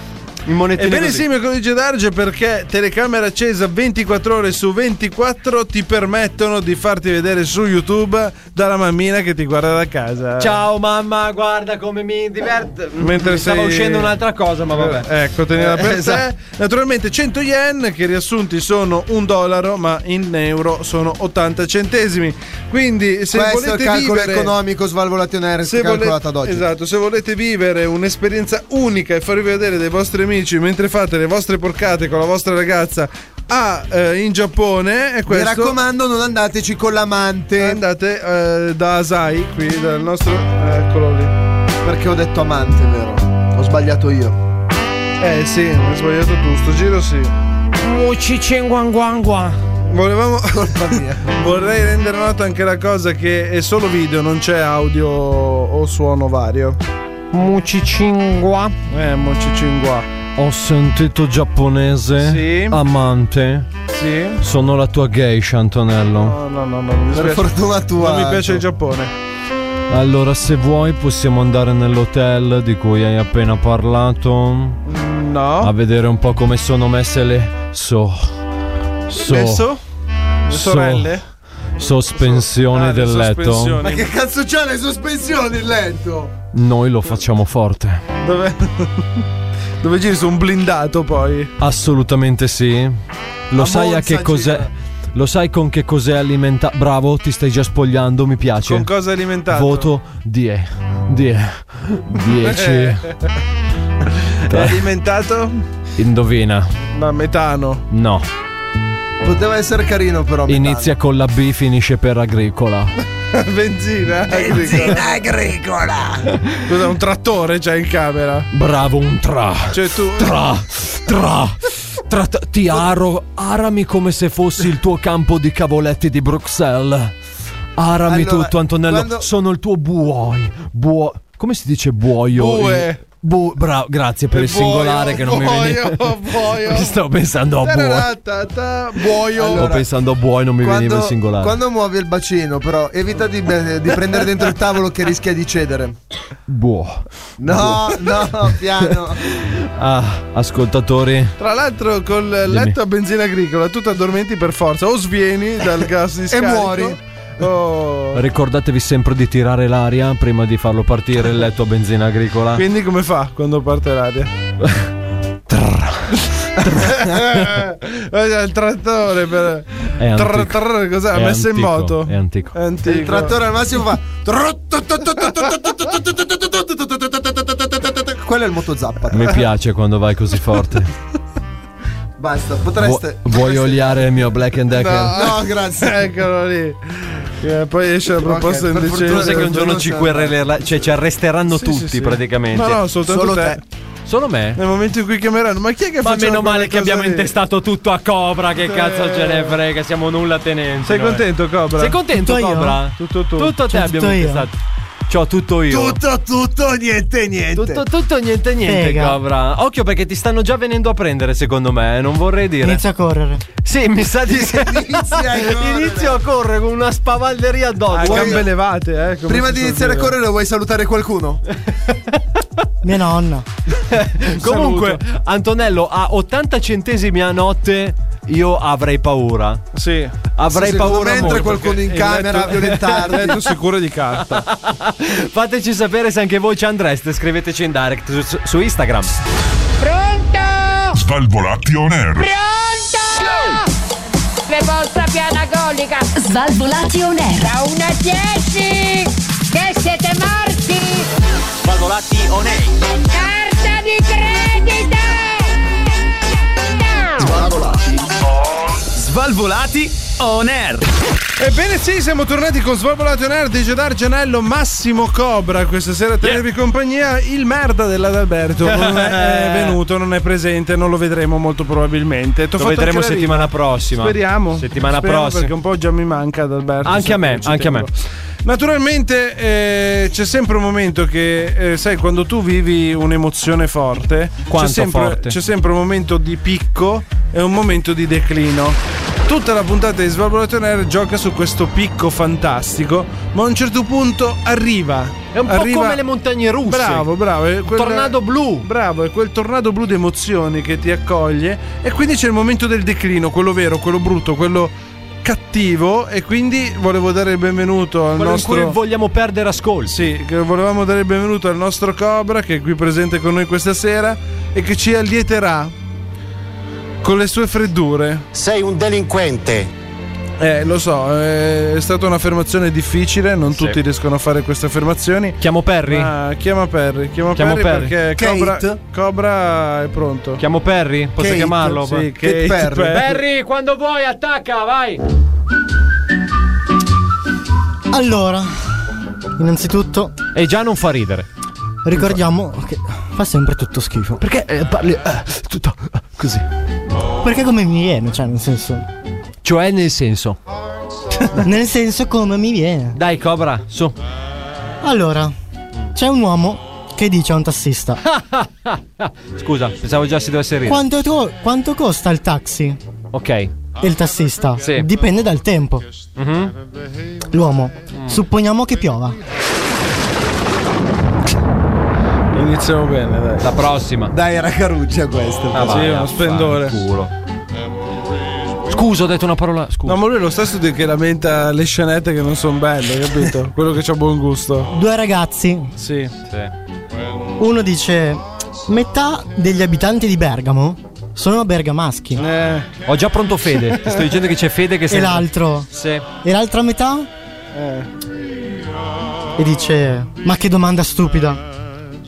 In monetine.
Ebbene
così.
sì, mio codice d'arge perché telecamera accesa 24 ore su 24 ti permettono di farti vedere su YouTube dalla mammina che ti guarda da casa.
Ciao mamma, guarda come mi diverte.
Mentre
mi stava
sei-
uscendo un'altra cosa, ma vabbè.
Eh, Ecco, tenila
Eh,
per
esatto.
te. Naturalmente 100 yen che riassunti sono un dollaro, ma in euro sono 80 centesimi. Quindi
Questo
se
è il
volete
calcolo
vivere
economico svalvolazione
se
calcolato
volete-
ad oggi.
Esatto, se volete vivere un'esperienza unica e farvi vedere dai vostri amici mentre fate le vostre porcate con la vostra ragazza a, eh, in Giappone, è
Mi
questo.
raccomando, non andateci con l'amante.
Andate eh, da Asai, qui dal nostro. Eccolo lì.
Perché ho detto amante, vero? Ho sbagliato io.
Eh sì, ho sbagliato tu, sto giro sì.
Mucci
[laughs] Volevamo.
Colpa mia.
Vorrei rendere nota anche la cosa che è solo video, non c'è audio o suono vario.
Mucicingua.
Eh, Mucicingua.
Ho sentito giapponese.
Sì.
Amante.
Sì.
Sono la tua geisha, Antonello.
No, no, no, no. mi dispiace.
fortuna tua,
Non mi
Anto.
piace il Giappone.
Allora, se vuoi, possiamo andare nell'hotel di cui hai appena parlato.
No.
A vedere un po' come sono messe le. So. So.
Adesso? Le
so-
sorelle?
Sospensioni
Ah, le
del letto.
sospensioni.
Ma che cazzo c'ha le sospensioni il letto?
Noi lo facciamo forte.
[laughs] Dove, dove giri su un blindato poi?
Assolutamente sì. Lo
A
sai a
Monza
che cos'è.
gira.
Lo sai con che cos'è alimentato. Bravo, ti stai già spogliando, mi piace.
Con cosa alimentato?
Voto 10. 10.
Eh.
10. Eh.
È alimentato?
Indovina.
Da metano.
No.
Poteva essere carino, però. metano.
Inizia con la B, finisce per agricola.
[laughs] Benzina. Benzina agricola. Cos'è un trattore c'è in camera?
Bravo, un tra.
Cioè tu
Tra. Tra. tra tra- ti aro. Arami come se fossi il tuo campo di cavoletti di Bruxelles. Arami
Allora,
tutto, Antonello.
quando-
Sono il tuo buoi. Buo. Come si dice buoio?
Bue.
Bu- bravo, grazie per il singolare che non mi veniva.
Buoio, buoio.
[laughs] Stavo pensando a buoi.
Taratata, Buoio.
Stavo pensando a buoi, non mi veniva il
Quando,
singolare.
quando muovi il bacino, però, evita di, di prendere dentro il tavolo che rischia di cedere.
Buo.
No, no, piano.
Ah, ascoltatori.
Tra l'altro col letto a benzina agricola tu ti addormenti per forza o svieni dal
[laughs]
gas di scarico
muori.
o-
Ricordatevi sempre di tirare l'aria prima di farlo partire il letto a benzina agricola.
Quindi come fa quando parte l'aria? Eh, [laughs] il trattore per...
È
Trr,
antico.
trr, cos'è? Ha
È
messo in
antico,
moto.
È antico.
Antico.
Il trattore al massimo fa. Quello è il motozappa.
Mi piace quando vai così forte.
[laughs]
Basta,
Vu-
potreste.
vuoi oliare il mio Black and Decker?
No, grazie.
Eccolo lì. Eh, poi esce la proposta
Per
indecente.
fortuna sai che un giorno ci quereleranno, cioè ci arresteranno tutti praticamente.
No, no, Eh, soltanto te.
Solo me?
Nel momento in cui chiameranno, ma chi è che fa
Ma meno
quella
male che
cosa
abbiamo
lì?
intestato tutto a Cobra, che cazzo ce ne frega, siamo nulla tenenti.
Sei
noi.
contento, Cobra?
Sei contento,
Tutto io?
Cobra?
Tutto tu.
Tutto te
Cioè,
abbiamo
tutto io?
intestato. C'ho tutto io.
tutto, niente, niente.
Tutto, tutto, niente, niente,
Sega.
Cobra. Occhio perché ti stanno già venendo a prendere, secondo me, eh, non vorrei dire.
Inizia a correre.
Sì, mi sa
[laughs]
di Inizio a correre con una spavalderia addosso.
A gambe
levate, eh.
Prima di iniziare a correre, vuoi salutare qualcuno?
Mia nonna.
Comunque, Antonello, a 80 centesimi a notte io avrei paura.
Sì.
Avrei
Sì, secondo
paura
me entra
molto.
qualcuno in camera a violentarti.
[laughs]
Il letto sicuro di carta.
Fateci sapere se anche voi ci andreste, scriveteci in direct su, su Instagram.
Pronto?
Svalvolati on air.
Pronto? Preposta pianagolica.
Svalvolati on air.
Da 1 a 10. Che siete morti? Svalvolati on air. Carta di credito.
Svalvolati. Svalvolati on air.
Ebbene sì, siamo tornati con Svalvolato on Air di Gedar Gianello Massimo Cobra Questa sera a tenervi compagnia Il merda dell'Adalberto non è venuto, non è presente, non lo vedremo molto probabilmente T'ho
Lo
fatto
vedremo
anche la
settimana
rima.
prossima.
Speriamo
Settimana
Speriamo,
prossima.
Perché un po' già mi manca Adalberto
Anche a me,
sempre, ci
anche a me.
Naturalmente eh, c'è sempre un momento che, eh, sai, quando tu vivi un'emozione forte
Quanto
c'è sempre,
forte?
c'è sempre un momento di picco e un momento di declino. Tutta la puntata di Svalvolato on Air gioca su questo picco fantastico, ma a un certo punto arriva.
È un po' come le montagne russe.
Bravo, bravo. eh, è quel-
Tornado blu.
Bravo, è quel tornado blu di emozioni che ti accoglie. E quindi c'è il momento del declino, quello vero, quello brutto, quello cattivo. E quindi volevo dare il benvenuto al
Quello
nostro.
in cui vogliamo perdere ascolto.
Sì, che volevamo dare il benvenuto al nostro Cobra che è qui presente con noi questa sera e che ci allieterà con le sue freddure. Sei un delinquente. Eh, lo so, eh, è stata un'affermazione difficile, non
Sì.
tutti riescono a fare queste affermazioni.
Chiamo Perry?
Ma chiama Perry, chiama
Chiamo
Perry,
Perry.
perché
Kate?
Cobra, Cobra è pronto.
Chiamo Perry? Posso
Kate,
chiamarlo?
sì, Kate Perry.
Perry, quando vuoi, attacca, vai.
Allora, innanzitutto.
E già non fa ridere.
Ricordiamo che fa sempre tutto schifo.
Perché eh, parli tutto così?
Perché come mi viene, cioè, nel senso.
Cioè, nel senso.
nel senso come mi viene.
Dai, Cobra, su.
Allora, c'è un uomo che dice a un tassista:
Scusa, pensavo già si dovesse ridere.
quanto, to- quanto costa il taxi?
Ok.
E il tassista?
Sì.
Dipende dal tempo.
Mhm. Mm.
L'uomo, supponiamo che piova.
Iniziamo bene, dai.
La prossima.
Dai, era caruccia questo.
Ah, sì,
vai,
uno spendore.
affanculo. Scusa, ho detto una parola. Scusa.
No, ma lui è lo stesso di che lamenta le scenette che non sono belle, capito? Quello che c'ha buon gusto.
Due ragazzi.
Sì.
Uno dice: Metà degli abitanti di Bergamo sono bergamaschi.
Eh, Ho già pronto Fede. Ti sto dicendo che c'è Fede che
E
sei.
l'altro?
Sì.
E l'altra metà?
Eh.
E dice: Ma che domanda stupida.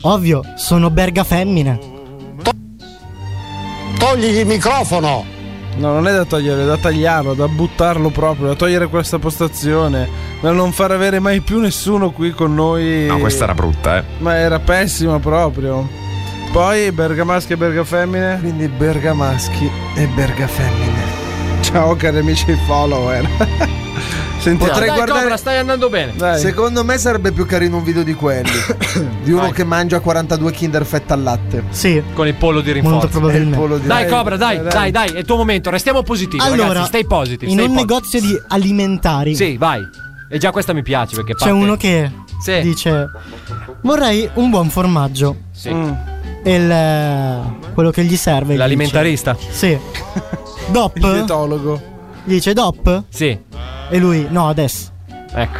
Ovvio, sono berga femmine.
Togli il microfono! No, non è da togliere, è da tagliarlo, da buttarlo proprio, da togliere questa postazione, da non far avere mai più nessuno qui con noi.
No, questa era brutta, eh.
Ma era pessima proprio. Poi bergamaschi e bergafemmine. Quindi bergamaschi e bergafemmine. [laughs] Ciao cari amici follower. [laughs] Sentiamo.
Potrei
Dai,
guardare-
Cobra, stai andando bene.
Secondo me sarebbe più carino un video di
[coughs]
quelli. di uno che mangia 42 Kinder fette al latte.
Sì.
Con il pollo di rinforzo.
Molto probabilmente. È il pollo di-
Dai,
dai,
Cobra, dai,
dai,
dai, dai, è il tuo momento. Restiamo positivi.
Allora,
ragazzi, stai positivi.
in
stai
un
positivi.
negozio di alimentari
Sì, vai. E già questa mi piace perché
c'è
parte-
uno che
Sì.
dice: Vorrei un buon formaggio.
Sì.
Mm. E il, quello che gli serve. gli
L'alimentarista.
dice, Sì.
[laughs]
Dop.
Il
dietologo.
Gli dice Dop.
Sì.
E lui, no, adesso.
Ecco.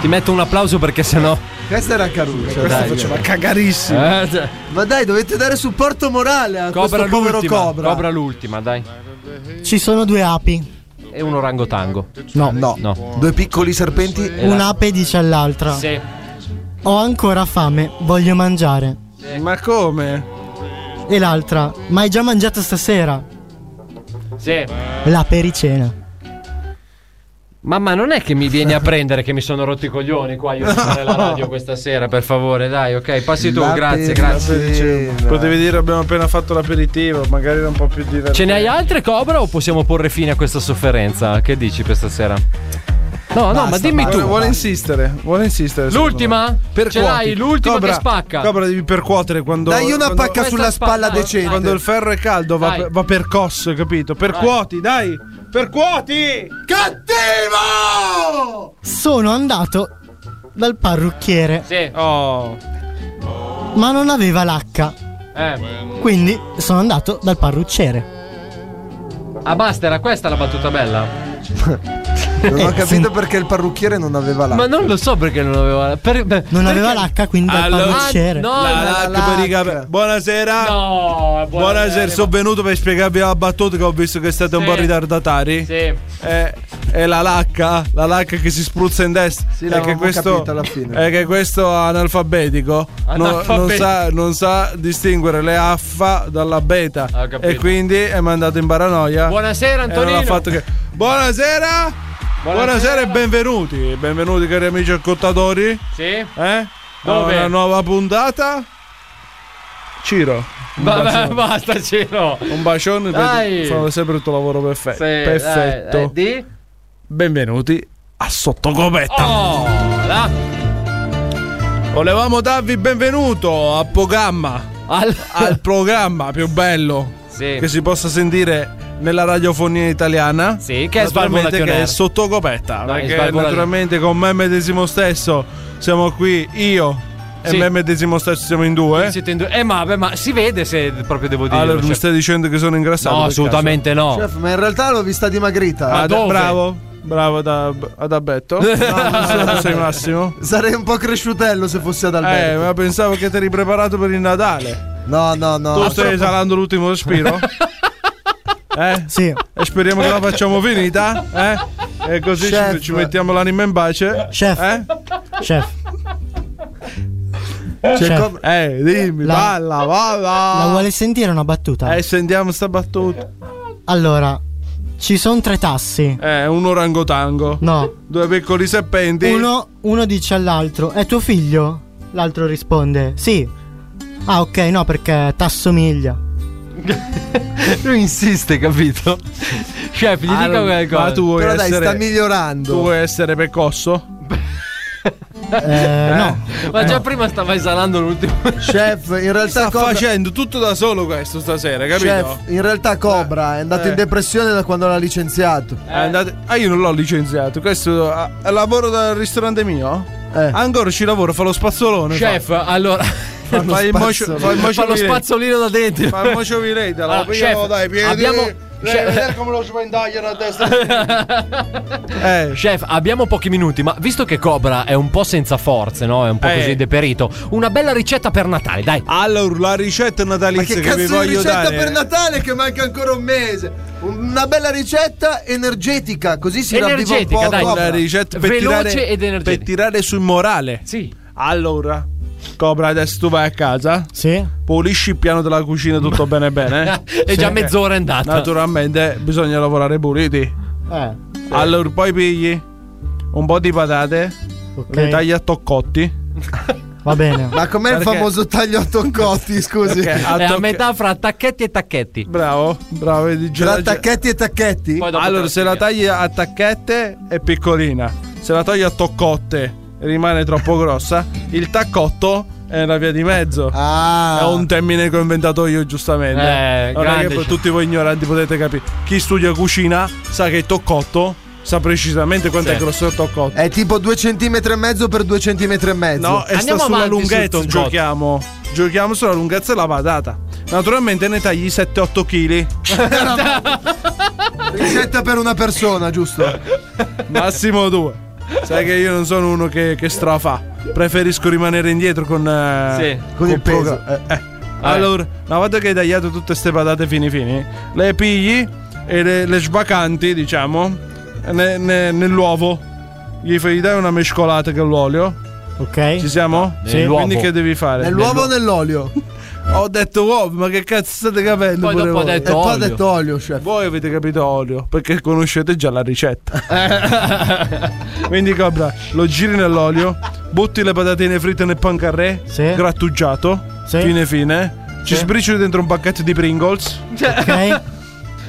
Ti metto un applauso perché sennò.
Questa era caruccia.
Cioè,
questa
dai,
faceva
dai.
cagarissimo.
Eh, cioè.
Ma dai, dovete dare supporto morale a
Cobra
questo povero
l'ultima.
Cobra.
l'ultima, dai.
Ci sono due api.
E un orangotango.
No,
no. Due piccoli serpenti.
Un'ape dice all'altra:
Sì.
Ho ancora fame, voglio mangiare.
Ma come?
E l'altra: Ma hai già mangiato stasera?
Sì.
La pericena.
Mamma, non è che mi vieni a prendere che mi sono rotto i coglioni qua io sono
[laughs]
nella radio questa sera, per favore, dai, ok? Passi tu,
La
grazie,
pena,
grazie.
dicevo.
eh.
Potevi dire abbiamo appena fatto l'aperitivo, magari era un po' più divertente.
Ce ne hai altre Cobra o possiamo porre fine a questa sofferenza? Che dici per stasera? No, no, ma dimmi
Vuole-
tu.
Vuole insistere, vuole insistere.
L'ultima?
secondo me.
Ce l'hai, l'ultima che spacca.
Cobra, devi percuotere quando.
Dagli una
quando-
pacca sulla
Questa
spalla decente.
Quando il ferro è caldo va,
Dai.
va percosso, capito? Percuoti, dai! Percuoti! Cattivo!
Sono andato dal parrucchiere.
Sì.
Oh.
Ma non aveva l'H.
Eh.
Quindi sono andato dal parrucciere.
Ah, basta, era questa la battuta bella.
Non
Eh,
ho capito perché il parrucchiere non aveva la.
Ma non lo so perché non aveva la. Per,
Non aveva l'H, quindi dal parrucciere.
no, la-
la- per i cape- Buonasera.
No,
Buonasera, sono venuto per spiegarvi la battuta che ho visto che siete un
Sì.
po' ritardatari.
Sì.
È, è la lacca, la lacca che si spruzza in destra.
Sì,
è
l'avevamo
che questo,
capito alla fine.
È che questo analfabetico no- non,
Analfabetico.
sa, non sa distinguere le affa dalla beta.
Ah, capito.
E quindi è mandato in paranoia.
Buonasera,
E non
Antonino.
Eh, ha fatto che- Buonasera. Buonasera e benvenuti. Benvenuti cari amici ascoltatori.
Sì?
Eh?
Dove?
A Una nuova puntata. Ciro. un
Vabbè, [laughs]
bacione.
basta, Ciro.
Un bacione
Dai.
per sono sempre il tuo lavoro perfetto.
Sì, dai,
perfetto.
eh, di?
Benvenuti a Sottocopetta.
Oh, là.
Volevamo darvi il benvenuto a Pogamma.
Al,
programma più bello
[laughs] Sì.
che si possa sentire nella radiofonia italiana.
Sì, che è
Naturalmente
Svalvolation
che è
Air.
Sottocopetta.
No, è
perché
Svalvolation-
naturalmente con me medesimo stesso siamo qui io. E
Sì.
me medesimo stesso siamo in due.
Siete in due- Eh, ma, beh, ma si vede se proprio devo dire. cioè
Allora, mi stai dicendo che sono ingrassato?
No,
per caso?
assolutamente no.
Chef, ma in realtà l'ho vista dimagrita.
Ah, da- Bravo, bravo ad, ab- ad
[laughs]
abbetto. sei Massimo.
Sarei un po' cresciutello se fossi ad
Eh,
Alberto.
ma pensavo che ti eri preparato per il Natale.
No, no, no.
tu stai esalando l'ultimo
[laughs]
respiro? eh?
Sì.
E speriamo che la facciamo finita, eh? E così
Chef.
ci, ci mettiamo l'anima in pace.
Chef.
Eh?
Chef.
C'è
Chef.
com- eh, dimmi,
La-
balla, balla.
La vuole sentire una battuta?
Eh, sentiamo sta battuta.
Allora, ci sono tre tassi.
Eh, un orangotango.
No.
Due piccoli serpenti.
Uno, uno dice all'altro: È tuo figlio? L'altro risponde: Sì. Ah, ok, no, perché t'assomiglia.
[laughs] Lui insiste, capito? Chef, gli
Ah,
dica
non-
qualcosa.
Ma tu vuoi
Però dai,
essere-
sta migliorando.
Tu vuoi essere percosso?
Eh, no.
Ma già prima stava esalando
[laughs]
l'ultimo.
[laughs] Chef, in realtà
Sta
Cobra,
facendo tutto da solo questo stasera, capito?
Chef, in realtà Cobra è andato
eh.
in depressione da quando l'ha licenziato.
Eh, andate- Ah, io non l'ho licenziato. Questo ah, lavoro dal ristorante mio? Ancora ci lavoro, fa lo spazzolone.
Eh. Chef,
fa.
allora.
Fa- fai il mocio- fai il mocio
Fa lo
vile.
spazzolino da dentro.
Fa
[laughs]
il mocio vileita, la
Allora,
pigliamo
chef,
dai piedi.
abbiamo-
Dai,
chef-
Vedete come lo spendagliano a destra.
Ah,
e a sinistra. eh.
Chef, abbiamo pochi minuti, ma visto che Cobra è un po' senza forze, no? È un po'
Eh.
così deperito. Una bella ricetta per Natale, dai.
Allora, la ricetta
Ma
natalizia
che
che vi
cazzo di
voglio
ricetta
dare. eh?
per Natale che manca ancora un mese? Una bella ricetta energetica, così si ravviva un po'
Energetica, dai.
Cobra.
Una ricetta per
Veloce
tirare,
ed energetica.
Per tirare sul morale.
Sì.
Allora, Cobra, adesso tu vai a casa.
Sì?
Pulisci il piano della cucina
[laughs]
tutto bene bene. eh?
È già
Sì.
mezz'ora è andata.
Naturalmente bisogna lavorare puliti.
Eh.
Allora, poi pigli un po' di patate,
Ok.
le tagli a toccotti.
Va
[laughs]
bene.
Ma com'è il
Perché-
famoso taglio a toncotti, scusi?
Perché a
È a
tocc-
metà fra tacchetti e tacchetti.
Bravo, bravo. vedi, già-
Tra
già-
tacchetti e tacchetti?
Poi dopo te
Allora,
lo
se la
spieghiamo.
tagli a tacchette è piccolina, se la tagli a toccotte rimane troppo grossa, il taccotto è la via di mezzo. È
Ah,
un termine che ho inventato io, giustamente.
Eh,
non è
grande,
che poi
cioè.
tutti voi ignoranti potete capire. Chi studia cucina sa che il toccotto sa precisamente quanto
Sì.
è grosso il toccotto.
è tipo due centimetri e mezzo per due centimetri e mezzo.
No, e sta
Andiamo
sulla
avanti sul
lunghezza.
toccotto.
giochiamo. Giochiamo sulla lunghezza della patata. Naturalmente ne tagli
[laughs]
7-8 kg.
Ricetta per una persona, giusto?
Massimo due. Sai che io non sono uno che, che strafa. Preferisco rimanere indietro con. eh,
Sì.
Con il peso.
poca- eh, eh. Allora, una volta che hai tagliato tutte queste patate fini fini, le pigli e le, le sbacanti, diciamo, ne- ne- nell'uovo. Gli fai gli dai una mescolata con l'olio.
Ok.
Ci siamo?
Sì.
Quindi
Nell'uovo.
che devi fare?
Nell'uovo o nell'olio?
[laughs] Ho detto uovo, ma che cazzo state capendo?
Poi
pure
dopo ha
voi?
detto E poi ha olio. detto
[laughs]
olio, chef.
Voi avete capito olio, perché conoscete già la ricetta. [laughs] Quindi Cobra, lo giri nell'olio, butti le patatine fritte nel pancarré, grattugiato, fine fine. Ci
Sì.
sbricioli dentro un pacchetto di Pringles.
[laughs] Ok.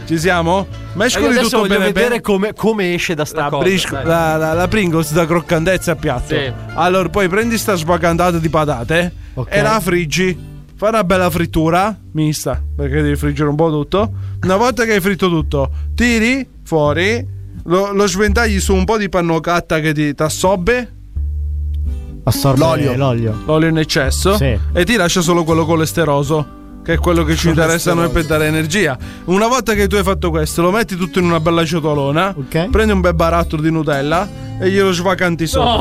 Ci siamo? Mescoli
Cioè, adesso
tutto
voglio
bene bene.
vedere come, come esce da sta
La,
cosa.
brisco-
dai.
la- la- la Pringles da croccantezza a piatto.
Sì.
Allora, poi prendi sta sbagandata di patate e la friggi. Fai una bella frittura mista, perché devi friggere un po' tutto. Una volta che hai fritto tutto, tiri fuori, lo, lo sventagli su un po' di pannocatta che ti assobbe.
Assorbe
L'olio.
l'olio.
L'olio in
[laughs]
eccesso.
Sì.
E ti lascia solo quello colesteroso. Che è quello che ci interessa a noi per dare energia. Una volta che tu hai fatto questo, lo metti tutto in una bella ciotolona. Prendi un bel barattolo di Nutella e glielo svacanti sopra.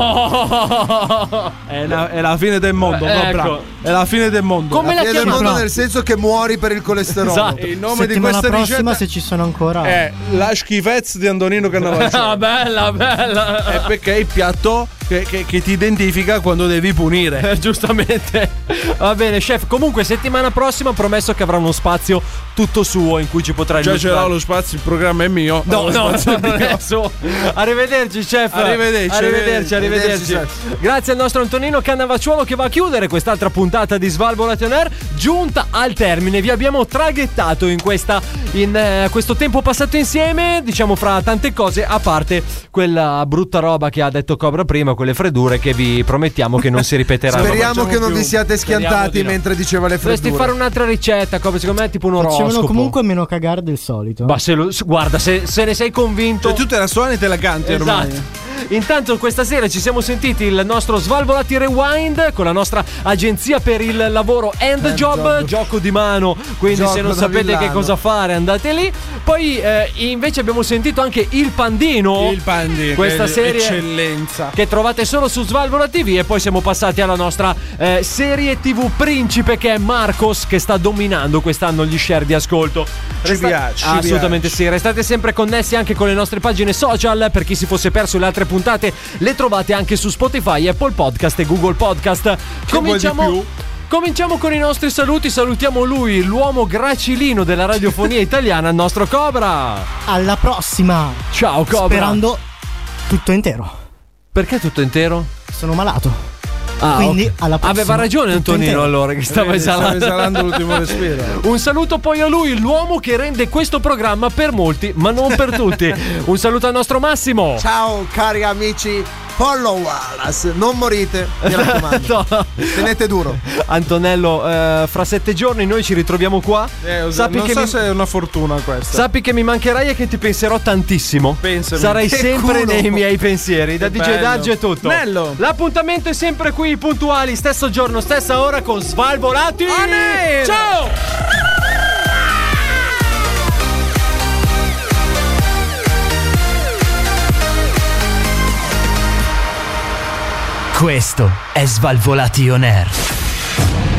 È, la, è la fine del mondo,
Eh,
Cobra.
ecco.
È la fine del mondo.
Come la chiamano?
mondo
nel senso che muori per il colesterolo.
Esatto. Il nome di
Settimana
questa
prossima
ricetta Eh,
se ci sono ancora.
è la schifezza di Antonino
[laughs]
Cannavacciuolo.
Ah,
bella, bella.
È perché è il piatto che, che- che ti identifica quando devi punire.
Eh, [laughs] giustamente. Va bene, chef. Comunque, settimana prossima ho promesso che avrà uno spazio tutto suo in cui ci potrà
Già ce l'ho
illustrare.
lo spazio, il programma è mio.
No,
Lo
no,
spazio è
no,
mio.
adesso. Arrivederci, chef.
Arrivederci,
Arrivederci,
arrivederci,
arrivederci.
chef.
Grazie al nostro Antonino Cannavacciuolo che va a chiudere quest'altra puntata di Svalvo Air giunta al termine. Vi abbiamo traghettato in, questa- in, eh, questo tempo passato insieme, diciamo fra tante cose, a parte quella brutta roba che ha detto Cobra prima, quelle freddure che vi promettiamo che non si
[laughs]
ripeteranno.
Speriamo che non vi
più.
siate
Speriamo
schiantati
di no.
mentre diceva le freddure.
Dovresti fare un'altra ricetta, Cobra, secondo me è tipo un
Facevano
oroscopo.
comunque meno cagare del solito.
Ma se lo- se- guarda, se, se ne sei convinto. Cioè,
tu te la suoni e te la canti
ormai.
Intanto questa sera ci siamo sentiti il nostro Svalvolati Rewind con la nostra agenzia per il lavoro End, job, gioco di mano. Quindi
Gioco
se non
da
sapete che
villano.
cosa fare andate lì. Poi eh, invece abbiamo sentito anche Il Pandino.
Il Pandino,
Questa
che è
serie
eccellenza.
che trovate solo su Svalvola TV e poi siamo passati alla nostra eh, serie TV principe che è Marcos che sta dominando quest'anno gli share di ascolto.
Ci piace, ci
assolutamente sì. Restate sempre connessi anche con le nostre pagine social. Per chi si fosse perso le altre puntate, le trovate anche su Spotify, Apple Podcast e Google Podcast.
vuoi di
Cominciamo. Cominciamo con i nostri saluti, salutiamo lui, l'uomo gracilino della radiofonia italiana, il nostro Cobra.
Alla prossima.
Ciao Cobra.
Sperando tutto intero.
Perché tutto intero?
Sono malato.
Ah,
Quindi
ok.
alla prossima.
Aveva ragione
tutto
Antonino
intero.
allora che stava
Vedi, stava
esalando. [laughs]
esalando l'ultimo respiro.
Un saluto poi a lui, l'uomo che rende questo programma per molti, ma non per tutti. Un saluto al nostro Massimo.
Ciao cari amici, follow Wallace, non morite, mi
[laughs]
raccomando. Tenete duro.
Antonello, eh, fra sette giorni noi ci ritroviamo qua.
Eh, os-
Sappi
non
che
so
mi-
se è una fortuna questa.
Sappi che mi mancherai e che ti penserò tantissimo.
Pensami.
Sarai
Che
sempre
culo.
nei miei pensieri. Da
Che
DJ
bello.
Daggio è tutto.
Bello.
L'appuntamento è sempre qui, puntuali, stesso giorno, stessa ora con Svalvolati. Ciao!
Questo è Svalvolati On Air.